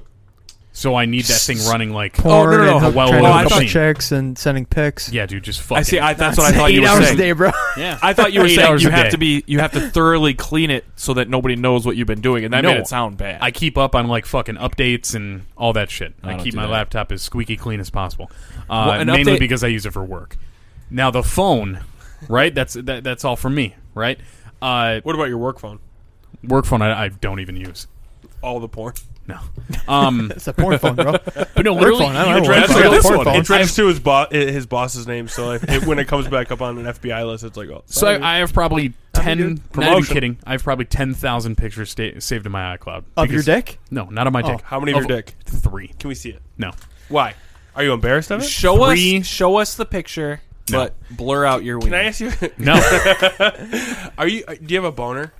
So I need that thing running like Oh, no, no, no. and Well, trying well, to I fuck thought- chicks and sending pics. Yeah, dude, just fucking I see. I, that's what I thought Eight you were hours saying. a day, bro. Yeah. I thought you were Eight saying hours you a have day. to be you have to thoroughly clean it so that nobody knows what you've been doing, and that No. made it sound bad. I keep up on like fucking updates and all that shit. I, don't keep do my that. laptop as squeaky clean as possible, uh, Well, an mainly update- because I use it for work. Now the phone, right? That's that, that's all for me, right? Uh, What about your work phone? work phone I, I don't even use. All the porn. No. Um, It's a porn phone, bro. but no, literally, phone, I don't you know. address- That's That's like like a this porn one. phone. It drives to his, bo- his boss's name, so if it, when it comes back up on an FBI list, it's like, oh, So I, I have probably ten. Not even Promotion. kidding. I have probably ten thousand pictures sta- saved in my iCloud Of your Because- dick? No, not of my dick. Oh. how many of your dick? Three. Can we see it? No. Why? Are you embarrassed of it? Show Three- us, show us the picture, No. but blur out your. Can I ask you? No. Are you? uh, Do you have a boner?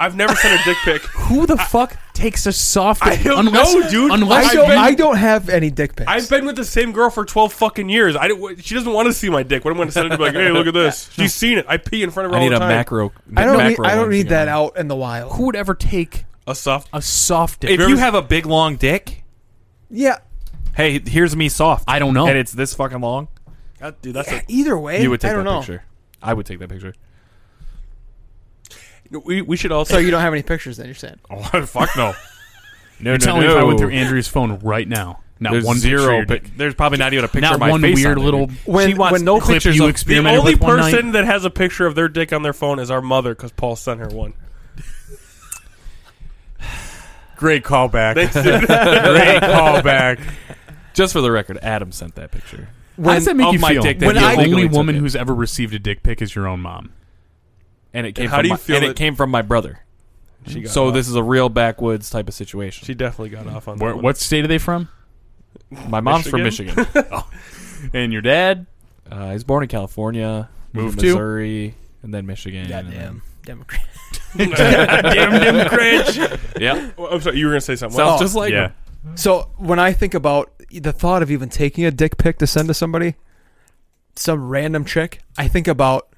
I've never sent a dick pic. Who the fuck takes a soft? I don't unless, know, dude. Unless I I've don't, been- I don't have any dick pics. I've been with the same girl for twelve fucking years. I don't, she doesn't want to see my dick. What am I going to send her? Be like, hey, look at this. She's seen it. I pee in front of her I all need the a time. macro. I don't need, macro I don't one need that together. out in the wild. who would ever take A soft. a soft dick? If you have a big long dick, Yeah. hey, here's me soft. I don't know. and it's this fucking long. God, dude, that's a, Either way, You would take I don't that know. picture. I would take that picture. we, we should also. So you don't have any pictures then, you're saying? Oh fuck no. You're No, no, telling me no. if I went through Andrew's phone right now, not There's one picture of zero. your dick. Pic- there's probably not even a picture not of my one face weird on it, little dude. When, She wants when no clip pictures you of the experimented only with one person night. that has a picture of their dick on their phone is our mother because Paul sent her one. Great callback. Thanks, dude. Great callback. Just for the record, Adam sent that picture. How does that make of you my feel? dick that when you the illegally only took woman it. who's ever received a dick pic is your own mom. And it came how from do you my, feel and that- it came from my brother. She got So off. this is a real backwoods type of situation. She definitely got off on Where, that one. what state are they from? my mom's Michigan? from Michigan. And your dad? uh, he's born in California, Moved to? Missouri, and then Michigan. Goddamn Democrat. Damn Democrats. Yeah. Well, Oh, I'm sorry, you were going to say something. Sounds Well, just like Oh, yeah. him. So when I think about the thought of even taking a dick pic to send to somebody, some random chick, I think about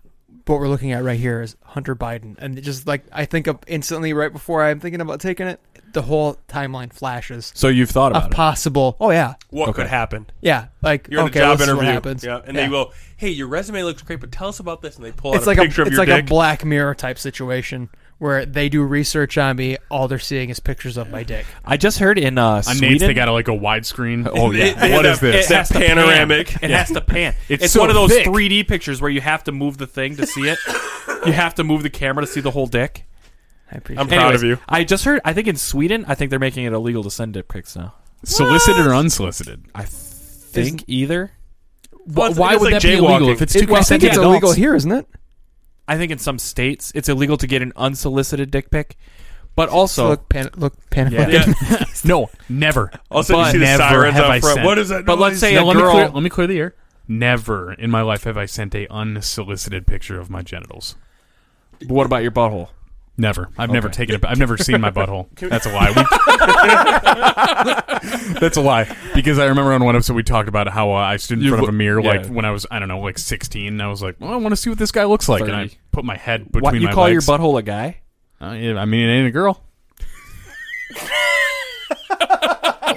what we're looking at right here is Hunter Biden, and it just like I think of instantly right before I'm thinking about taking it, the whole timeline flashes So you've thought about of it. possible. Oh yeah, what Okay. could happen? yeah. Like You're in okay, a job this is interview. what happens. Yeah, and they go, "Hey, your resume looks great, but tell us about this." And they pull out It's a like picture a of it's your like a dick. Black Mirror type situation where they do research on me. All they're seeing is pictures of my dick. I just heard in uh, On Sweden. Nate's, they got a, like a widescreen. Oh yeah. They- they What have is that- this? it has to pan. It has to pan. It's, so one of those thick. 3D pictures where you have to move the thing to see it. you have to move the camera to see the whole dick. I appreciate. I'm it. proud Anyways, of you. I just heard. I think in Sweden, I think they're making it illegal to send dick pics now. Solicited or unsolicited? I think either. Well, it's- Why it's would like that be illegal jaywalking. if it's It- two well, I think consenting it's illegal adults? here, isn't it? I think in some states it's illegal to get an unsolicited dick pic, but also, look, pan, look, pan. Oh. Yeah. No, never. All of a sudden, you But see the never sirens have out I front. sent- What is that? but let's noise? say Now, a let, me girl. clear, let me clear the air. Never in my life have I sent a unsolicited picture of my genitals. what about your butthole? Never. I've never Okay. taken a. I've never seen my butthole. That's a lie. We, that's a lie. Because I remember on one episode we talked about how uh, I stood in You front of a w- mirror like yeah. when I was I don't know like 16. And I was like, well, I want to see what this guy looks like, and I 30. put my head between What you my call legs. your butthole a guy? Uh, yeah, I mean, it ain't a girl.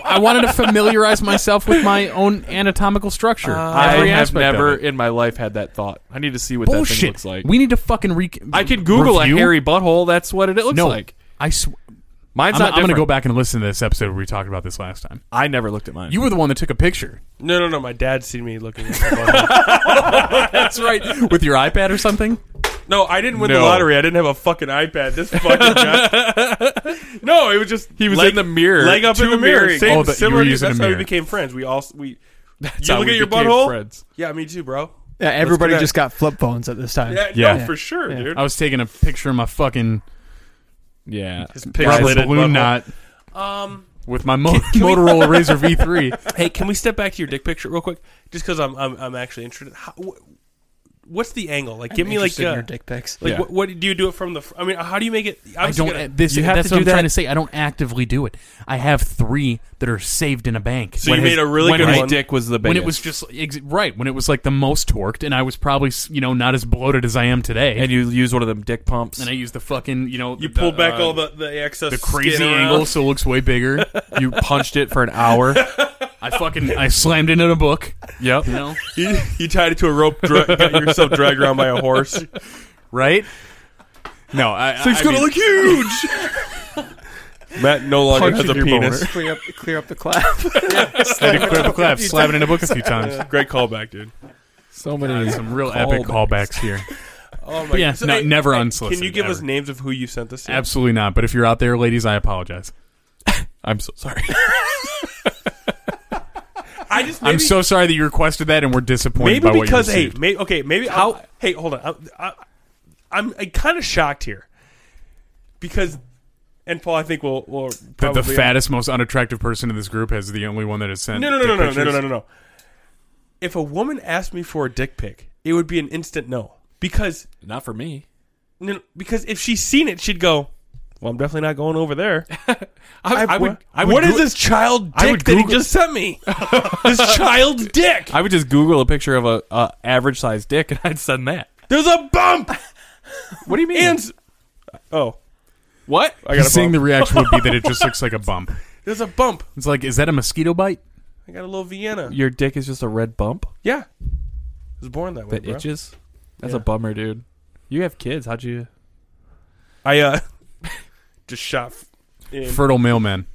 I wanted to familiarize myself with my own anatomical structure. I Every have aspect of Uh, never it. in my life had that thought. I need to see what that thing Bullshit. looks like. We need to fucking re. I can Google review? a hairy butthole. That's what it, it looks No, like. I sw- Mine's I'm, not. I'm gonna different. go back and listen to this episode where we talked about this last time. I never looked at mine. You were the one that took a picture. no, no, no. My dad's seen me looking. at my butthole. That's right, with your iPad or something. No, I didn't win the No. lottery. I didn't have a fucking iPad. This fucking guy. no, it was just he was in the mirror. leg up in Two the mirror. mirroring. Same, Oh, that you similar. were to- using that's a how we mirror. became friends. We all we. That's you how look we at your became butthole. friends. Yeah, me too, bro. Yeah, everybody that. just got flip phones at this time. Yeah, Yeah. no, for sure, dude. I was taking a picture of my fucking Yeah. rubber Pixelated balloon butthole. knot Um, with my Mo- Motorola Razor V3. hey, can we step back to your dick picture real quick? Just because I'm, I'm I'm actually interested. How, wh- what's the angle? Like, give me like Interested in uh, your dick pics. Like, Yeah. what, what do you do it from the? fr- I mean, how do you make it? I'm I just don't. eh, uh, Gonna, this You have that's to what do I'm trying that- to say. I don't actively do it. I have three that are saved in a bank. so you made a really when good my one. dick was the biggest. when it was just ex- right when it was like the most torqued, and I was probably s- you know not as bloated as I am today. and you use one of them dick pumps. and I used the fucking you know You pulled back uh, all the the excess, the crazy skin around. angle, so it looks way bigger. you punched it for an hour. I fucking I slammed it in a book. yep. You know, You, you tied it to a rope, dra- got yourself dragged around by a horse. right? No, I. I- I mean, huge. Matt no longer Punch has a your penis. clear up, clear up the clap. I did quit the clap, slamming in a book a few times. Great callback, dude. So many. Some real epic Callbacks. callbacks here. Oh my But yeah, no, never unsolicited. Can you give us ever. names of who you sent this to? Absolutely not. But if you're out there, ladies, I apologize. I'm so sorry. I just maybe, I'm so sorry that you requested that, and we're disappointed maybe by what because you hey, received. may, okay, maybe how? i hey, hold on. I, I, I'm, I'm kind of shocked here because, and Paul, I think will will that probably the fattest, most unattractive person in this group has the only one that has sent. No, no, no, dick no, no, no, no, pictures. no, no, no. If a woman asked me for a dick pic, it would be an instant no because Not for me. no, no, because if she's seen it, she'd go. Well, I'm definitely not going over there. I, I would. I would what is goo- this child I dick would that he Google- just sent me? this child's dick. I would just Google a picture of a, a average sized dick and I'd send that. There's a bump. What do you mean? And oh, what? I got a Seeing bump. the reaction would be that it just looks like a bump. There's a bump. It's like, is that a mosquito bite? I got a little Vienna. Your dick is just a red bump Yeah, I was born that way. that bro. itches. That's a bummer, dude. You have kids. How'd you? I uh, just shot f- in Fertile mailman.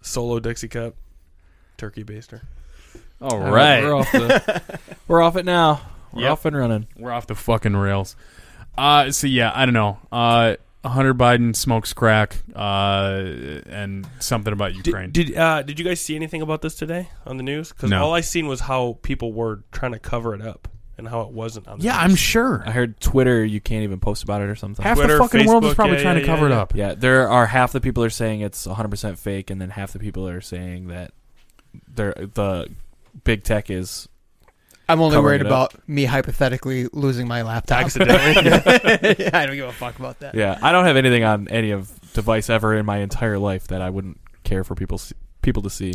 solo Dixie cup, turkey baster. All We're off, the, we're off it now. We're Yep. off and running. We're off the fucking rails. Uh, so yeah, I don't know. Uh, Hunter Biden smokes crack, uh, and something about Ukraine. Did did, uh, did you guys see anything about this today on the news? Because No. all I seen was how people were trying to cover it up and how it wasn't. On the yeah, news. I'm sure. I heard Twitter. You can't even post about it or something. Half Twitter, the fucking world is Facebook, probably yeah, trying to yeah, cover it yeah. up. yeah, there are half the people are saying it's 100 percent fake, and then half the people are saying that they're the big tech is. I'm only Covering worried it up. about me hypothetically losing my laptop. accidentally. yeah, I don't give a fuck about that. Yeah, I don't have anything on any of device ever in my entire life that I wouldn't care for people s- people to see.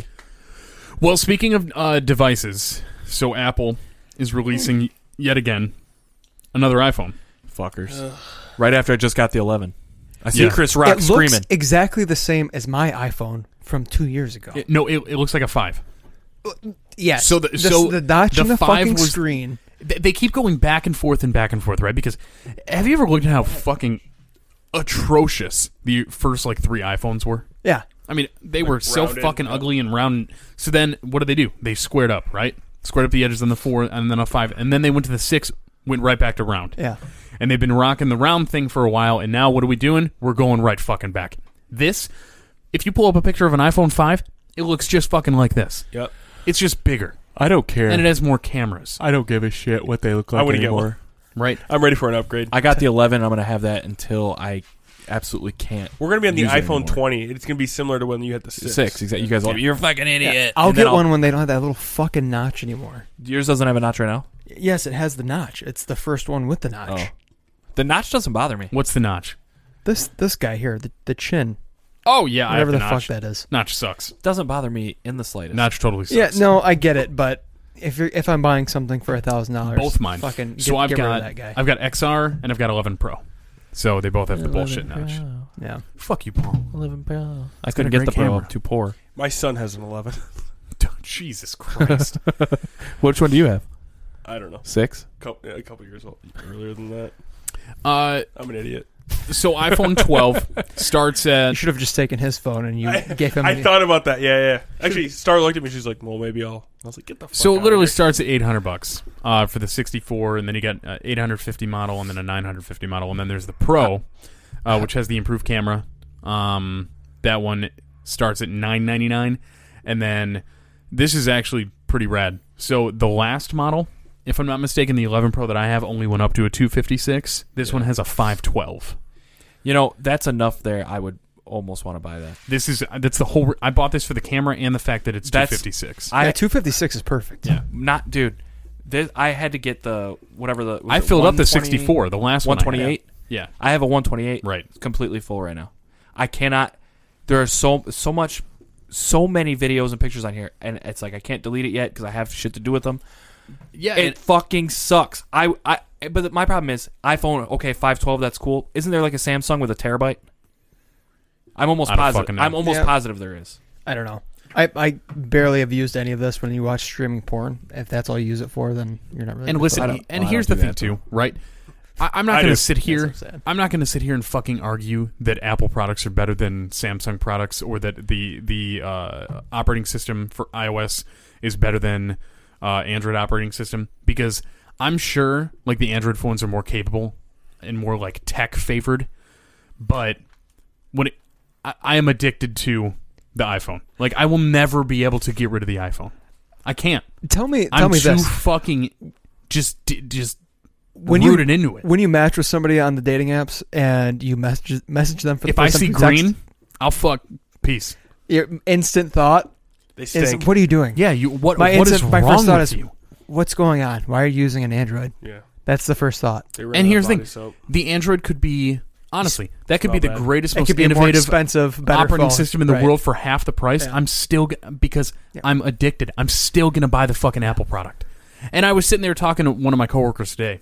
Well, speaking of uh, devices, so Apple is releasing yet again another iPhone. Fuckers. right after I just got the 11, I see Yeah. Chris Rock it screaming. looks exactly the same as my iPhone from two years ago. It- no, it, it looks like a five. yes. so the- the, so the notch the in the five fucking was- screen. They, they keep going back and forth and back and forth, right? Because have you ever looked at how fucking atrocious the first like three iPhones were? Yeah. I mean, they were so rounded, fucking yeah. ugly and round. So then, what did they do? They squared up, right? Squared up the edges on the four, and then a five, and then they went to the six, went right back to round. Yeah. And they've been rocking the round thing for a while, and now what are we doing? We're going right fucking back. This, if you pull up a picture of an iPhone five, it looks just fucking like this. yep. It's just bigger, I don't care. and it has more cameras, I don't give a shit what they look I like wouldn't get one. anymore. right? I'm ready for an upgrade. I got the 11. I'm gonna have that until I absolutely can't. We're gonna be on the use it iPhone anymore. 20. It's gonna be similar to when you had the six. Six, exactly. You guys, all, you're a fucking idiot. I'll And then get one when they don't have that little fucking notch anymore. Yours doesn't have a notch right now. Yes, it has the notch. It's the first one with the notch. Oh. The notch doesn't bother me. What's the notch? This this guy here, the, the chin, Oh yeah, I have whatever the notch. fuck that is. Notch sucks. Doesn't bother me in the slightest. Notch totally sucks. Yeah, no, I get it, but if you're if I'm buying something for a thousand dollars, both mine. Fucking get, so I've get rid got of that guy. I've got XR and I've got 11 Pro. So they both have the bullshit notch. yeah, Fuck you, Paul. I It's been couldn't a get the great pro. camera. I'm too poor. My son has an 11. Jesus Christ. Which one do you have? I don't know. Six. Couple, a couple years old. Earlier than that. uh, I'm an idiot. so iPhone 12 starts you at should have just taken his phone and you gave him. I the- thought about that. Yeah, yeah. Actually, Star looked at me. She's like, "Well, maybe I'll." I was like, "Get the fuck." so out it of literally here." starts at 800 bucks uh, for the 64, and then you got uh, 850 model, and then a 950 model, and then there's the Pro, uh, which has the improved camera. Um, that one starts at 999, and then this is actually pretty rad. So the last model, if I'm not mistaken, the 11 Pro that I have only went up to a 256. This one has a 512. You know, that's enough there. I would almost want to buy that. This is uh, that's the whole. Re- I bought this for the camera and the fact that it's That's- 256. Yeah, I two fifty six is perfect. Yeah. not, dude. This, I had to get the whatever the. was I it filled up the 120 64, the last one I had. 128. Yeah. I have a 128. Right. It's completely full right now. I cannot. There are so so much, so many videos and pictures on here, and it's like I can't delete it yet because I have shit to do with them. Yeah, it fucking sucks. I I but my problem is iPhone. Okay, five twelve. That's cool. Isn't there like a Samsung with a terabyte? I'm almost I don't fucking positive. know. I'm almost Yeah. positive there is. I don't know. I, I barely have used any of this when you watch streaming porn. If that's all you use it for, then you're not really. and I listen, don't- and I don't here's do the thing that, too, right? I, I'm not I going do. to sit here. That's what I'm saying. I'm not going to sit here and fucking argue that Apple products are better than Samsung products, or that the the uh, operating system for iOS is better than uh, Android operating system because I'm sure like the Android phones are more capable and more like tech favored, but when it, I, I am addicted to the iPhone. Like I will never be able to get rid of the iPhone. I can't. Tell me, tell I'm me too this: fucking just d- just when you rooted into it. when you match with somebody on the dating apps and you message message them for the if I first time see through text, green, I'll fuck peace. your instant thought They is, stink. "What are you doing? Yeah, you. What? My what is instant, my wrong first thought with is, you? what's going on? Why are you using an Android?" yeah. That's the first thought. They ran out And of here's the body thing: soap. the Android could be honestly that could Not be the bad. greatest, It most could be a more innovative expensive, better operating phone. system in the Right. world for half the price. Yeah. I'm still g- because Yeah. I'm addicted. I'm still gonna buy the fucking Apple product. And I was sitting there talking to one of my coworkers today,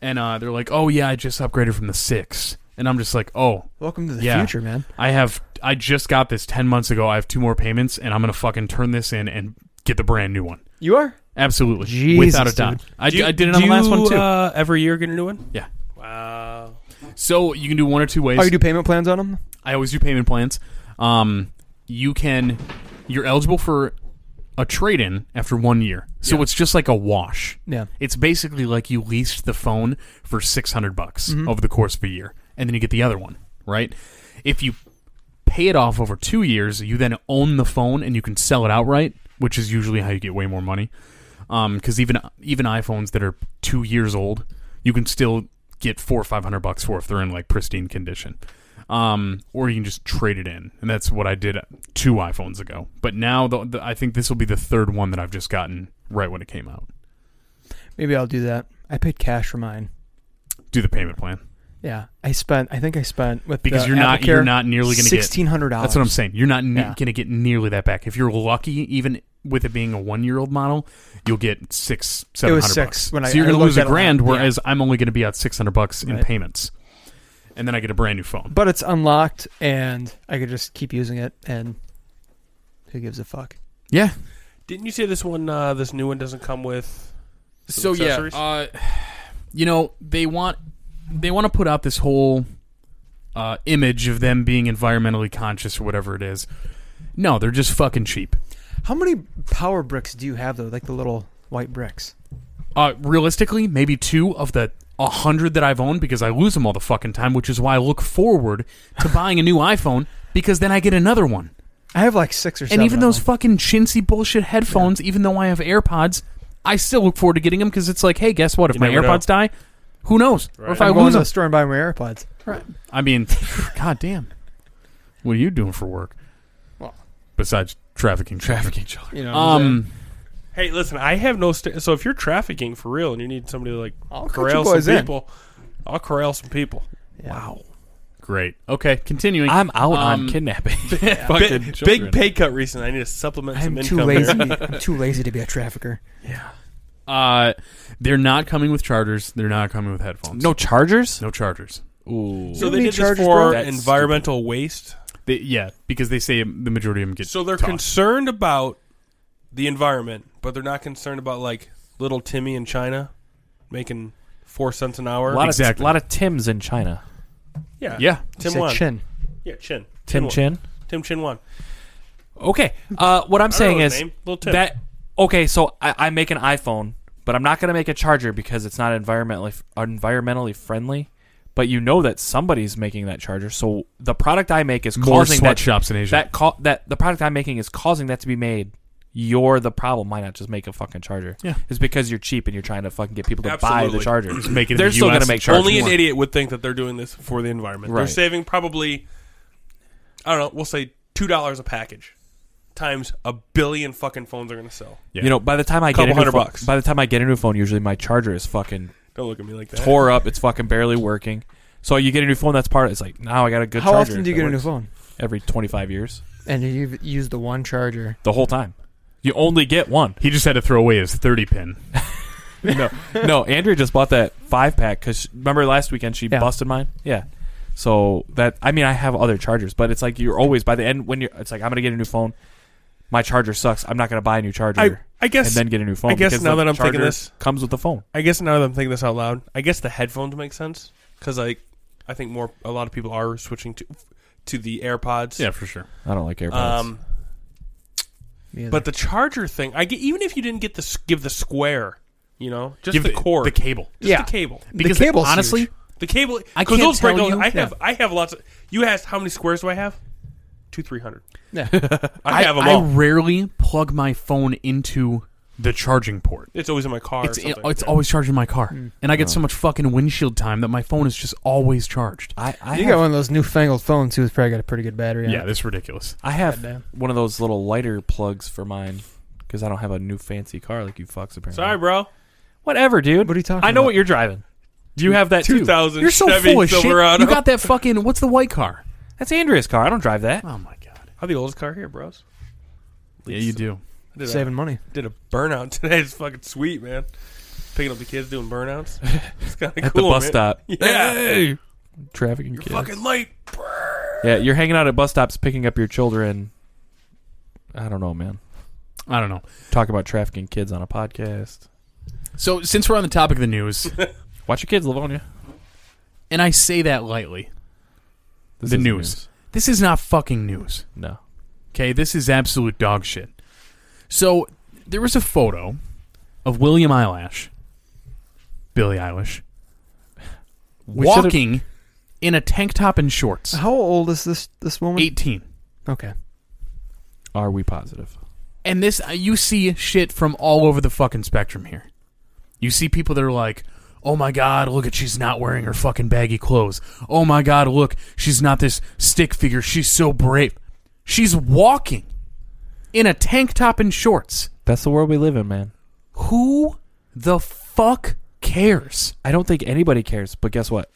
and uh, they're like, "Oh yeah, I just upgraded from the six. And I'm just like, "Oh, Welcome to the Yeah. future, man. I have I just got this ten months ago. I have two more payments, and I'm gonna fucking turn this in and get the brand new one. You are. Absolutely, Jesus, without a doubt. I, Do you- I did it on the last one you, too. Uh, every year, get a new one. Yeah. Wow. so you can do one or two ways. Oh, you do payment plans on them? I always do payment plans. Um, you can, you're eligible for a trade in after one year. So it's just like a wash. Yeah. It's basically like you leased the phone for 600 bucks over the course of a year, and then you get the other one, right? If you pay it off over two years, you then own the phone and you can sell it outright, which is usually how you get way more money. Because even even iPhones that are two years old, you can still get four or five hundred bucks for if they're in like pristine condition. Um, or you can just trade it in, and that's what I did two iPhones ago. But now the, the, I think this will be the third one that I've just gotten right when it came out. Maybe I'll do that. I paid cash for mine. Do the payment plan. Yeah, I spent. I think I spent with Because the you're not- Apple you're Care, not nearly gonna get- sixteen hundred dollars. That's what I'm saying. You're not ne- Yeah. going to get nearly that back. If you're lucky, even with it being a one year old model, you'll get six, seven hundred six bucks. when I- so you're I going to looked lose a at it grand, online. Yeah. whereas I'm only going to be out six hundred bucks in Right. payments, and then I get a brand new phone. But it's unlocked, and I could just keep using it. And who gives a fuck? Yeah. Didn't you say this one? Uh, this new one doesn't come with. some So yeah, accessories? uh, you know they want they want to put out this whole uh, image of them being environmentally conscious or whatever it is. No, they're just fucking cheap. How many power bricks do you have though? Like the little white bricks. Uh, realistically, maybe two of the a hundred that I've owned because I lose them all the fucking time, which is why I look forward to buying a new iPhone because then I get another one. I have like six or And seven. even of those them. fucking chintzy bullshit headphones, even though I have AirPods, I still look forward to getting them because it's like, hey, guess what? If You my never know. AirPods die, who knows? Or if I I'm going lose to them, the store and buying my AirPods. I mean, god damn. What are you doing for work? Well- Besides trafficking, trafficking children. You know. what I'm Um, Hey, listen, I have no. St- so if you're trafficking for real and you need somebody to like I'll cut you corral boys some in. people, I'll corral some people. saying? Yeah. great. Okay, continuing. I'm out on Um, kidnapping. Bi- Fucking big, children. pay cut recently. I need to supplement some I'm too income. lazy. there. I'm too lazy to be a trafficker. Uh, they're not coming with chargers. They're not coming with headphones. No chargers. no chargers. Ooh. So You they need did this charges, for bro? That's environmental waste. They, yeah, because they say the majority of them get. So they're tossed. concerned about the environment, but they're not concerned about like little Timmy in China making four cents an hour. a lot Exactly. of lot of Tims in China. yeah, yeah. Tim Said Wan. chin. Yeah, Chin. Tim Wan. Chin. Tim Chin Wan. Okay. Uh, what I'm I don't saying know his is name. Little Tim. that okay. So I, I make an iPhone, but I'm not gonna make a charger because it's not environmentally environmentally friendly. But you know that somebody's making that charger, so the product I make is More causing that sweatshops in Asia. that ca- that the product I'm making is causing that to be made. You're the problem. Why not just make a fucking charger? Yeah. it's because you're cheap and you're trying to fucking get people to buy Absolutely. the charger. make it in They're the still US. gonna make chargers. Only an idiot would think that they're doing this for the environment. They're Right. saving probably, I don't know, we'll say two dollars a package, times a billion fucking phones are gonna sell. Yeah. You know, by the time I Couple get a new hundred phone, bucks. by the time I get a new phone, usually my charger is fucking Don't look at me like that. tore up. It's fucking barely working. So you get a new phone. That's part. It's like now I got a good. How charger often do you that get a new works. phone? Every 25 years, And you've used the one charger. the whole time. You only get one. he just had to throw away his thirty pin. No, no. Andrea just bought that five pack because remember last weekend she Yeah. busted mine. Yeah. So that I mean I have other chargers, but it's like you're always by the end when you're. It's like I'm gonna get a new phone. My charger sucks. I'm not gonna buy a new charger. I- I guess- and then get a new phone. I guess because now the that I'm thinking charger this- comes with the phone. I guess now that I'm thinking this out loud, I guess the headphones make sense because like I think more a lot of people are switching to to the AirPods. Yeah, for sure. I don't like AirPods. Um, Me either. but the charger thing, I get, even if you didn't get the s- give the square, you know, just Give the, the cord, the cable. just Yeah. the cable. Because cable's honestly, huge. The cable. I 'cause can't those break tell all- you- I have I have lots of. You asked how many squares do I have? two three hundred. Yeah. I have them I, all. rarely plug my phone into the charging port. it's always in my car. It's or something. Uh. it's always charging my car, and I get so much fucking windshield time that my phone is just always charged. I, I You have, got one of those newfangled phones who's probably got a pretty good battery on yeah, it. that's ridiculous. I have Goddamn. one of those little lighter plugs for mine because I don't have a new fancy car like you fucks apparently. sorry, bro. Whatever, dude. What are you talking I know about? what you're driving. Do you have that too? 2000 You're so Chevy full of Silverado. shit. You got that fucking what's the white car? That's Andrea's car. I don't drive that. Oh my god. I'm the oldest car here, bros. Yeah, you do. I did, Saving money. A, did a burnout today. It's fucking sweet, man. Picking up the kids doing burnouts. It's kind of At cool, the bus man. stop. Yeah. Hey! Traffic and kids. Fucking late. Yeah, you're hanging out at bus stops picking up your children. I don't know, man. I don't know. Talk about trafficking kids on a podcast. So since we're on the topic of the news, Watch your kids, Livonia. and I say that lightly, This the isn't news. This is not fucking news. No. Okay, this is absolute dog shit. So there was a photo of William Eyelash, Billie Eilish, We should've- walking in a tank top and shorts. Uh-huh. How old is this this woman? Eighteen. Okay. Are we positive? And this, uh, you see shit from all over the fucking spectrum here. You see people that are like, oh my god, look at she's not wearing her fucking baggy clothes. Oh my god, look, she's not this stick figure. She's so brave. She's walking in a tank top and shorts. That's the world we live in, man. Who the fuck cares? I don't think anybody cares, but guess what?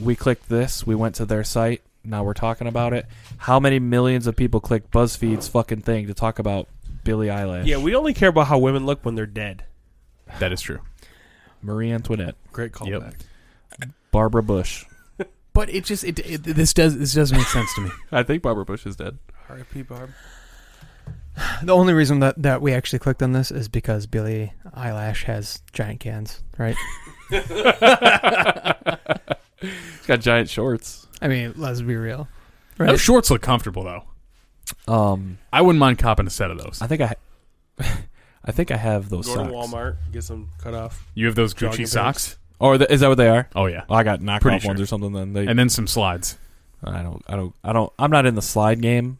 We clicked this, we went to their site, now we're talking about it. How many millions of people clicked BuzzFeed's fucking thing to talk about Billie Eilish? Yeah, we only care about how women look when they're dead. That is true. Marie Antoinette, Great callback. Yep. Barbara Bush. But it just it, it this does this doesn't make sense to me. I think Barbara Bush is dead. R.I.P. Barb. The only reason that, that we actually clicked on this is because Billy Eyelash has giant cans, right? She's got giant shorts. I mean, let's be real. Her shorts look comfortable though. Um, I wouldn't mind copping a set of those. I think I, I think I have those Go socks. to Walmart, get some cut off. You have those Jogging Gucci pants. socks? Or th- is that what they are? Oh yeah, Oh, I got knockoff Pretty sure. ones or something. Then they. and then some slides, I don't. I don't. I don't. I'm not in the slide game.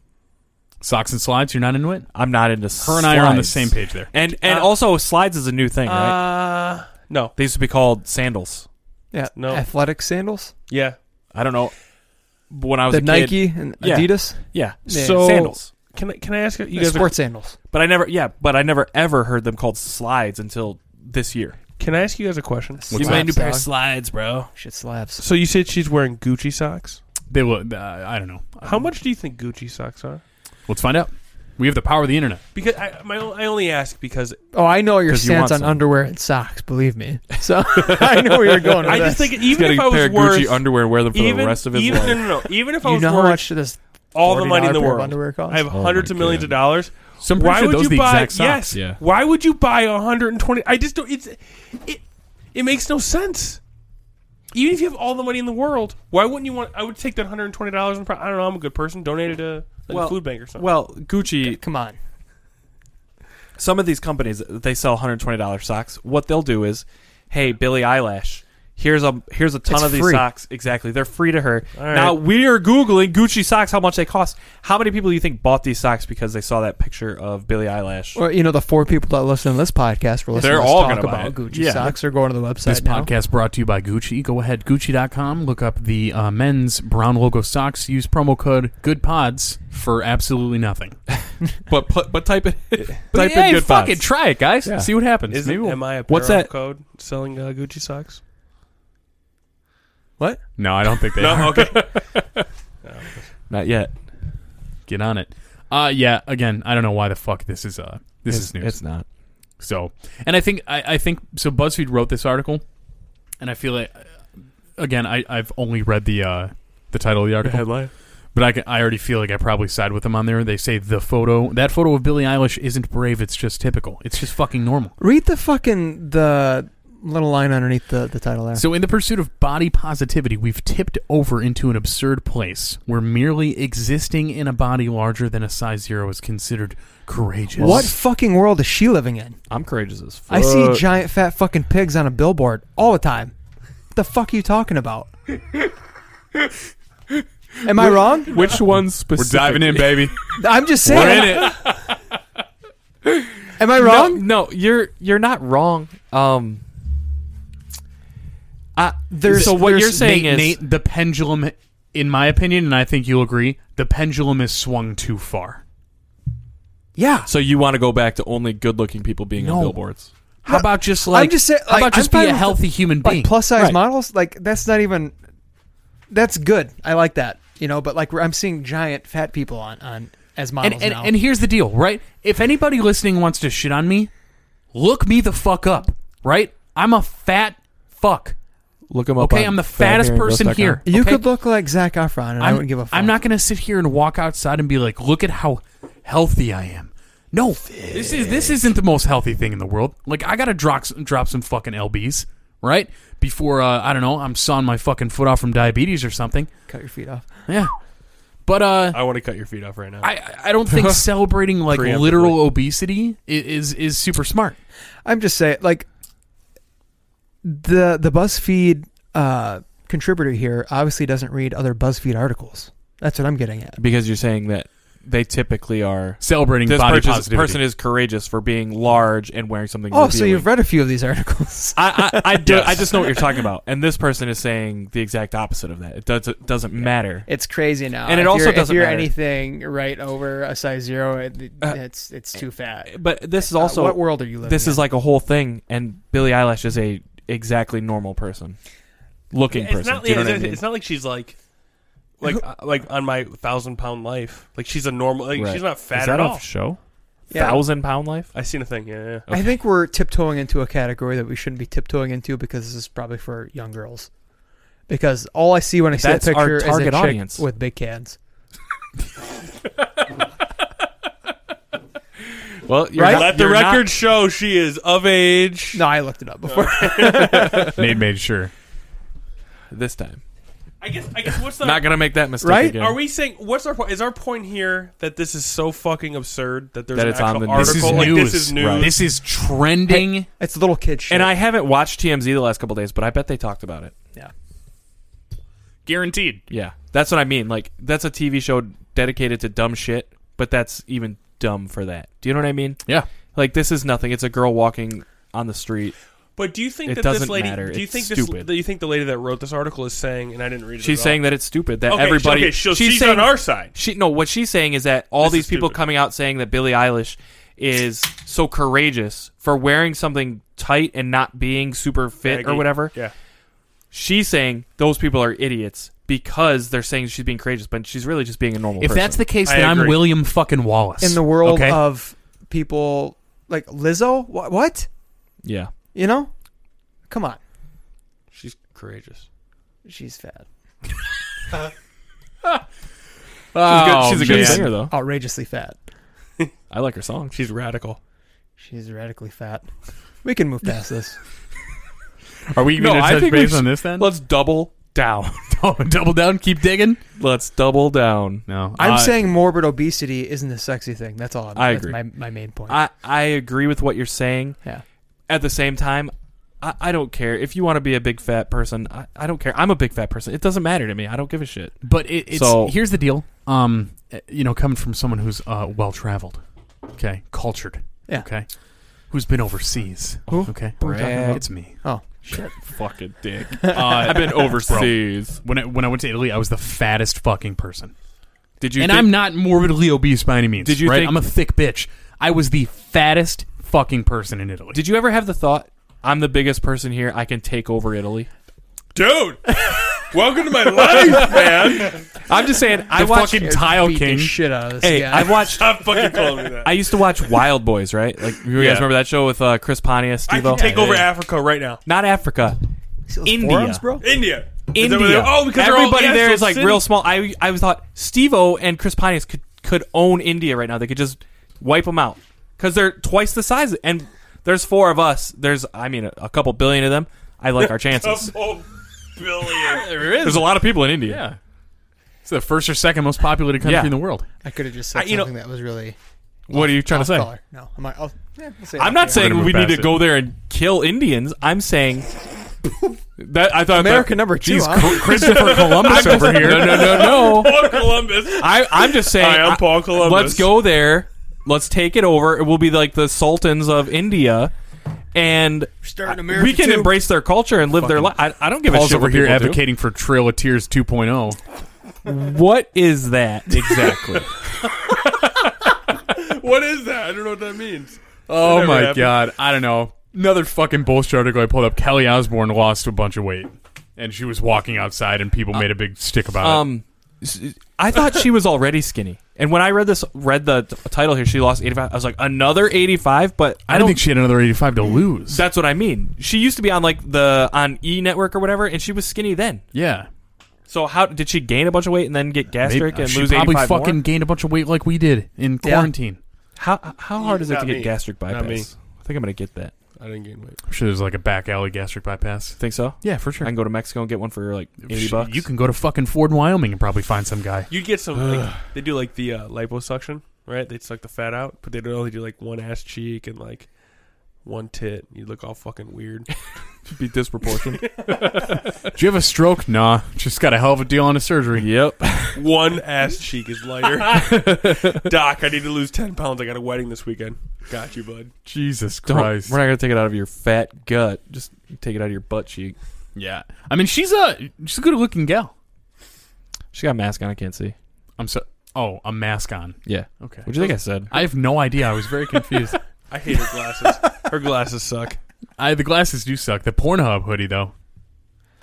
socks and slides. You're not into it? I'm not into. Her and I are on the slides. same page there. And and also slides is a new thing, right? Uh, no, They used to be called sandals. Yeah. No. Athletic sandals? yeah, I don't know. When I was The a kid- Nike and Yeah. Adidas? yeah. Yeah. So sandals, Can I, can I ask you? You They're guys are, sports sandals. but I never. Yeah, but I never ever heard them called slides until this year. can I ask you guys a question? What's Slaps, that? dog. slides, bro. Shit slaps. So you said she's wearing Gucci socks. They look. Uh, I don't know. How Um, much do you think Gucci socks are? Let's find out. We have the power of the internet. Because I, my, I only ask because Oh, I know your 'Cause you stance want on some. underwear and socks. Believe me. So I know where you're going. With I just this. think even if I was worth underwear and wear them for even the rest of his even life. no, no, no. even if I you was know how worth much this all the money in $40 the pair of world, Underwear costs? I have Oh hundreds my of millions of God. dollars. So I'm pretty Why sure would those you are the buy? exact socks. Yes. Yeah. Why would you buy 120? I just don't. It's it. It makes no sense. Even if you have all the money in the world, why wouldn't you want? I would take that 120 dollars and pro- I don't know. I'm a good person. Donate it to like, Well- a food bank or something. Well, Gucci, Come on. some of these companies they sell $120 socks. What they'll do is, hey, Billie Eyelash, here's a here's a ton It's of these free. socks. Exactly, they're free to her. right. Now we are googling Gucci socks, how much they cost. How many people do you think bought these socks because they saw that picture of Billie Eyelash? Well, you know, the four people that listen to this podcast were listening They're to us all talk gonna buy about it. Gucci Yeah. socks or going to the website This now. podcast brought to you by Gucci. Go ahead, Gucci.com. Look up the uh, men's brown logo socks. Use promo code Good Pods for absolutely nothing. but put, but type it. But type hey, in good fuck thoughts. it. Try it, guys. Yeah. See what happens. Isn't Maybe we'll- am I a What's apparel that? code selling uh, Gucci socks? no, I don't think they are. No, okay. Not yet. Get on it. Uh, yeah. Again, I don't know why the fuck this is. Uh, this it's, is news. It's not. So, and I think I, I think so. BuzzFeed wrote this article, and I feel like again I I've only read the uh, the title of the article, headline. but I can, I already feel like I probably side with them on there. They say the photo that photo of Billie Eilish isn't brave. It's just typical. It's just fucking normal. Read the fucking the little line underneath the, the title there. So, in the pursuit of body positivity, we've tipped over into an absurd place where merely existing in a body larger than a size zero is considered courageous. what fucking world is she living in? I'm courageous as fuck. I see giant fat fucking pigs on a billboard all the time. What the fuck are you talking about? Am I wrong? Which one's We're specific? diving in, baby. I'm just saying. We're in it. Am I No, wrong? No, you're you're not wrong. Um, I, There's- so what there's you're saying Nate, is Nate, the pendulum, in my opinion, and I think you'll agree, the pendulum is swung too far. Yeah. so you want to go back to only good-looking people being on No. billboards. How about just like just saying, how like, about I'm just be fine a with healthy human being? Like plus size Right. models, like that's not even. That's good. I like that. You know, but like I'm seeing giant fat people on on as models and, and, now. and here's the deal, right? If anybody listening wants to shit on me, look me the fuck up, right? I'm a fat fuck. Look them up. Okay, on I'm the fattest person fathearinggross.com. here. you okay? could look like Zach Efron, and I'm, I I'm- would not give a fuck. I'm not going to sit here and walk outside and be like, "Look at how healthy I am." No, this is this isn't the most healthy thing in the world. Like, I gotta drop s- drop some fucking lbs, right? Before uh, I don't know, I'm sawing my fucking foot off from diabetes or something. cut your feet off. Yeah, but uh, I want to cut your feet off right now. I I don't think celebrating like Preemptively. literal obesity i- is is super smart. I'm just saying, like the the BuzzFeed uh, contributor here obviously doesn't read other BuzzFeed articles. That's what I'm getting at. because you're saying that they typically are. Celebrating This body purchase- positivity. person is courageous for being large and wearing something. Oh, so revealing. you've read a few of these articles. I, I, I, do, I just know what you're talking about, and this person is saying the exact opposite of that. It does, it doesn't matter. It's crazy now, And it If also you're- doesn't If you're matter. anything right over a size zero, it, it- Uh, it's it's too fat. But this is Uh, also what world are you living? this in? is like a whole thing, and Billie Eilish is a exactly normal person, looking it's person. not, Do you know it's, what I mean? it's not like she's like like uh, like on my thousand pound life. Like she's a normal. Like Right. she's not fat is that at off all. show? Yeah. Thousand pound life. I seen a thing. Yeah, yeah. I think we're tiptoeing into a category that we shouldn't be tiptoeing into because this is probably for young girls. Because all I see when I see That's that our picture is a target chick audience. with big cans. Well, you're Right? not- Let the record show she is of age. No, I looked it up before. Nate made sure. this time. I guess. I guess. What's the? Not gonna make that mistake Right? again. are we saying what's our point? Is our point here that this is so fucking absurd that there's That an it's on actual the news. article This is like news. this is news? Right. This is trending. it's little kid shit. And I haven't watched TMZ the last couple days, but I bet they talked about it. yeah. Guaranteed. Yeah, that's what I mean. Like that's a TV show dedicated to dumb shit, but that's even dumb for that. Do you know what I mean? Yeah. Like this is nothing. It's a girl walking on the street. But do you think It that doesn't this lady? matter. Do you It's think stupid. this? Do you think the lady that wrote this article is saying? And I didn't read it. She's at all. saying that it's stupid that Okay, everybody. okay, so she's saying, on our side. She no, what she's saying is that all This these is people stupid. coming out saying that Billie Eilish is so courageous for wearing something tight and not being super fit or Baggy. whatever. Yeah. She's saying those people are idiots because they're saying she's being courageous, but she's really just being a normal. If person. that's the case, I then I'm agree. William fucking Wallace In the world okay? of people like Lizzo, what? what? yeah, You know? Come on. she's courageous. She's fat. Oh, she's a good man. singer though. Outrageously fat. I like her song. She's radical. She's radically fat. We can move past this. Are we No, going to I touch think we base should- on this then? Let's double down. double down, keep digging. Let's double down. No, I'm uh, saying morbid obesity isn't a sexy thing. That's all. I'm, I that's agree. My, my main point. I I agree with what you're saying. yeah. at the same time, I, I don't care. If you want to be a big fat person, I, I don't care. I'm a big fat person. It doesn't matter to me. I don't give a shit. But it, it's So- here's the deal. Um, uh, you know, coming from someone who's uh, well traveled, okay, cultured, Yeah. okay, who's been overseas, Who? okay, Who are we talking about? it's me. Oh. Fucking dick. Uh, I've been overseas. when I, when I went to Italy, I was the fattest fucking person, Did you? and think, I'm not morbidly obese by any means. Did you Right? think- I'm a thick bitch. I was the fattest fucking person in Italy. Did you ever have the thought? I'm the biggest person here. I can take over Italy. Dude, welcome to my life, man. I'm just saying. I the watched. fucking tile Beat the king? shit out of this hey, guy. I've watched. Stop fucking calling me that. I used to watch Wild Boys, right? Like you Yeah. guys remember that show with uh, Chris Pontius? I Steve-O? can take over Africa right now. Not Africa. Those India. forums, bro. India. Is that where India. they- Oh, because they're all- everybody yeah, there so is like sin- real small. I I thought Steve O and Chris Pontius could could own India right now. They could just wipe them out because they're twice the size. And there's four of us. There's I mean a, a couple billion of them. I like our chances. Couple billion. there is. There's a lot of people in India. Yeah. It's the first or second most populated country Yeah. in the world. I could have just said I- you know- something that was really What are you trying to say? color. No, I'm like, I'll, yeah, we'll say it I'm off not the air. saying move we past need to it. go there and kill Indians. I'm saying That I thought American that, number two. Jeez, huh? Cr- Christopher Columbus over here. No, no, no, no. Paul Columbus. I, I'm just saying. Hi, I'm I- Paul Columbus. Let's go there. Let's take it over. It will be like the sultans of India, and starting I- America we can too. embrace their culture and live their life. I, I don't give a Paul's shit over what here people do. advocating for Trail of Tears oh. 2.0. What is that? Exactly. What is that? I don't know what that means. oh Whatever my happened. god. I don't know. Another fucking bullshit article I pulled up. Kelly Osbourne lost a bunch of weight, and she was walking outside, and people made a big stick about it. Um, s- I thought she was already skinny, and when I read this, read the t- title here, she lost eighty five. I was like, another eighty five, but I I don't don't. think she had another 85 to lose. that's what I mean. She used to be on like the on E Network or whatever, and she was skinny then. yeah. So how did she gain a bunch of weight and then get Maybe- uh, gastric and she lose eighty probably five fucking more? gained a bunch of weight like we did in quarantine. How how hard is it Not to get me. gastric Not bypass? me. I think I'm gonna get that. I didn't gain weight. I'm sure there's like a back alley gastric bypass. Think so? Yeah, for I sure. can go to Mexico and get one for like eighty Sh- bucks. You can go to fucking Ford, Wyoming, and probably find some guy. You'd get some. like, they do like the uh, liposuction, right? They suck the fat out, but they don't only do like one ass cheek and like one tit. You look all fucking weird. be disproportionate. Did you have a stroke? Nah, just got a hell of a deal on a surgery. yep. one ass cheek is lighter. Doc, I need to lose ten pounds. I got a wedding this weekend. Got you, bud. Jesus Don't, we're not Christ. gonna take it out of your fat gut. Just take it out of your butt cheek. Yeah, I mean she's a she's a good looking gal. She got a mask on. I can't see. I'm so oh a mask on. Yeah. Okay, What do you think I said? I have no idea. I was very confused. I hate her glasses. her glasses suck. I the glasses do suck. The Pornhub hoodie though,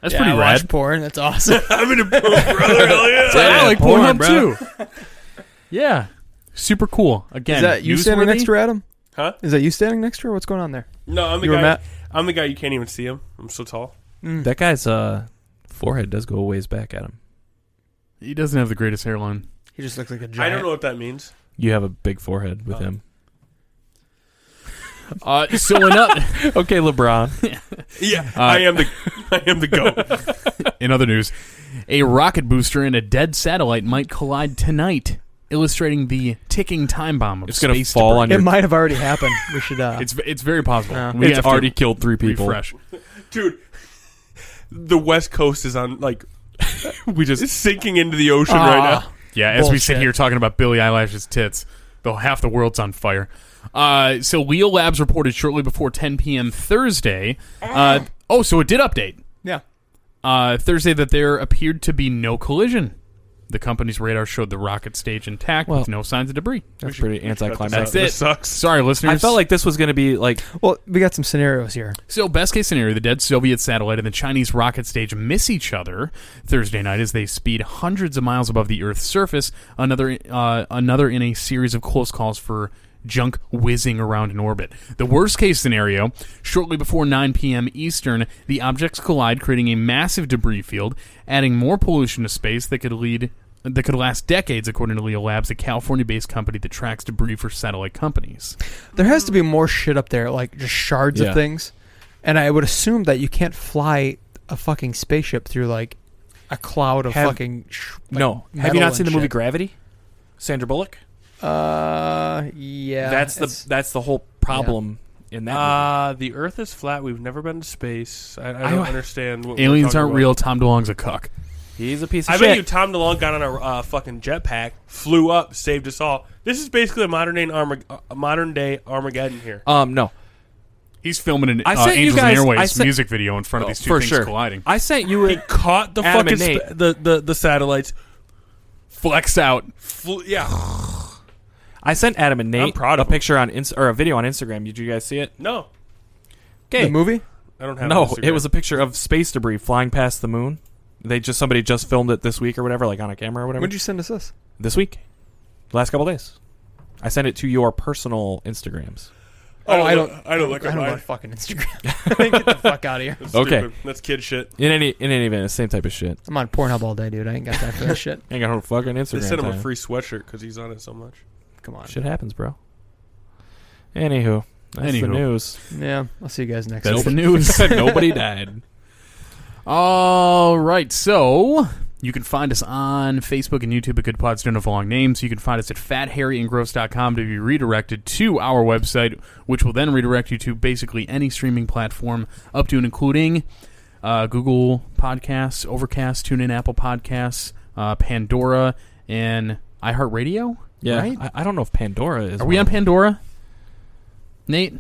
that's Yeah, pretty I rad. watch porn. That's awesome. I'm in a bro, brother. Hell yeah. I like porn, Pornhub bro. too. yeah, super cool. Again, Is that you standing newsworthy? next to her, Adam? Huh? Is that you standing next to her? What's going on there? No, I'm the You were guy. Matt? I'm the guy you can't even see him. I'm so tall. That guy's uh, forehead does go a ways back at him. He doesn't have the greatest hairline. He just looks like a giant. I don't know what that means. You have a big forehead with Oh. him. Uh, so in, up, Okay, LeBron. Yeah, I am the I am the goat. in other news, a rocket booster and a dead satellite might collide tonight, illustrating the ticking time bomb of It's gonna space fall debris. on It your. might have already happened. We should. Uh, It's it's very possible. Yeah. We it's have to already killed three people. refresh. Dude, the West Coast is on like We just it's sinking into the ocean right Ah, now. Yeah, as we sit Bullshit. here talking about Billie Eilish's tits, though half the world's on fire. Uh, so Leo Labs reported shortly before 10 p.m. Thursday. Uh, oh, so it did update yeah. uh, Thursday that there appeared to be no collision. The company's radar showed the rocket stage intact Well- with no signs of debris. that's pretty That's anticlimactic. it. This sucks. Sorry, listeners. I felt like this was gonna be like Well, we got some scenarios here. So, best case scenario, the dead Soviet satellite and the Chinese rocket stage miss each other Thursday night as they speed hundreds of miles above the Earth's surface. Another, uh, another in a series of close calls for junk whizzing around in orbit. The worst case scenario, shortly before 9 p.m. Eastern, the objects collide, creating a massive debris field, adding more pollution to space that could lead that could last decades, according to Leo Labs, a California-based company that tracks debris for satellite companies. There has to be more shit up there, like just shards Yeah. of things. And I would assume that you can't fly a fucking spaceship through like a cloud of Have- fucking. Sh- like, no. Have metal you not seen and the movie shit. Gravity? Sandra Bullock. Uh, yeah. that's the it's- that's the whole problem in that. movie. Uh, the Earth is flat. We've never been to space. I, I don't I- understand. What we're Aliens talking aren't about. real. Tom DeLonge's a cuck. He's a piece of I shit. bet you Tom DeLonge got on a uh, fucking jetpack, flew up, saved us all. This is basically a modern day Armag- uh, a modern day Armageddon here. um, no. He's filming an I uh, sent you Angels and guys- I Airways sent- music video in front of these two for things sure. colliding. I sent you a Caught the Adam fucking and Nate. sp- the, the the satellites. Flex out. Flew, yeah, I sent Adam and Nate I'm proud a of 'em. picture on Inst- or a video on Instagram. Did you guys see it? no, the movie. I don't have. no, an Instagram. it was a picture of space debris flying past the moon. They just somebody just filmed it this week or whatever, like on a camera or whatever. When'd you send us this? this week, the last couple days, I sent it to your personal Instagrams. Oh, I don't. Oh, I look- don't- I don't look I at don't mine. want fucking Instagram. Get the fuck out of here. That's Okay. stupid. that's kid shit. In any in any event, it's the same type of shit. I'm on Pornhub all day, dude. I ain't got time for that shit. Ain't got no fucking Instagram. They sent him a time. free sweatshirt because he's on it so much. Come on. shit happens, bro. Anywho, that's the Anywho. news. Yeah. I'll see you guys next. That's week. the news. Nobody died. All right, so you can find us on Facebook and YouTube at Good Pods Don't Have Long Names. You can find us at fatharryandgross.com to be redirected to our website, which will then redirect you to basically any streaming platform up to and including uh, Google Podcasts, Overcast, TuneIn, Apple Podcasts, uh, Pandora, and iHeartRadio. Yeah, Right? I, I don't know if Pandora is. Are we on one of them. Pandora? Nate,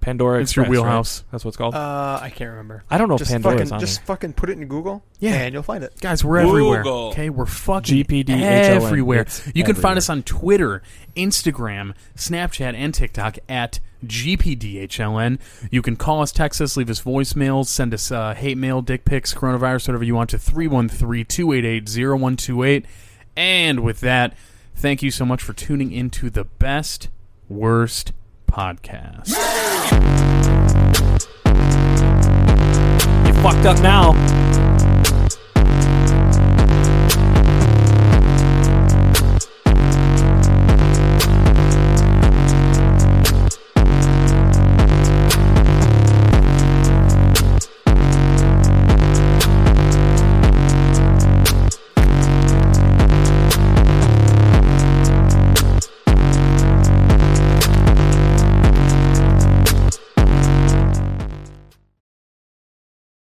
Pandora? It's your Express, right? wheelhouse. That's what it's called. Uh, I can't remember. I don't know if Just Pandora's fucking, on just there. fucking put it in Google. Yeah. and you'll find it. Guys, we're Google. everywhere. Okay, we're fucking GPD, HLN. everywhere. It's you can find everywhere. us on Twitter, Instagram, Snapchat, and TikTok at GPDHLN. You can call us, text us, leave us voicemails, send us uh, hate mail, dick pics, coronavirus, whatever you want to 313 288 0128. And with that, thank you so much for tuning into the best, worst podcast. You fucked up now.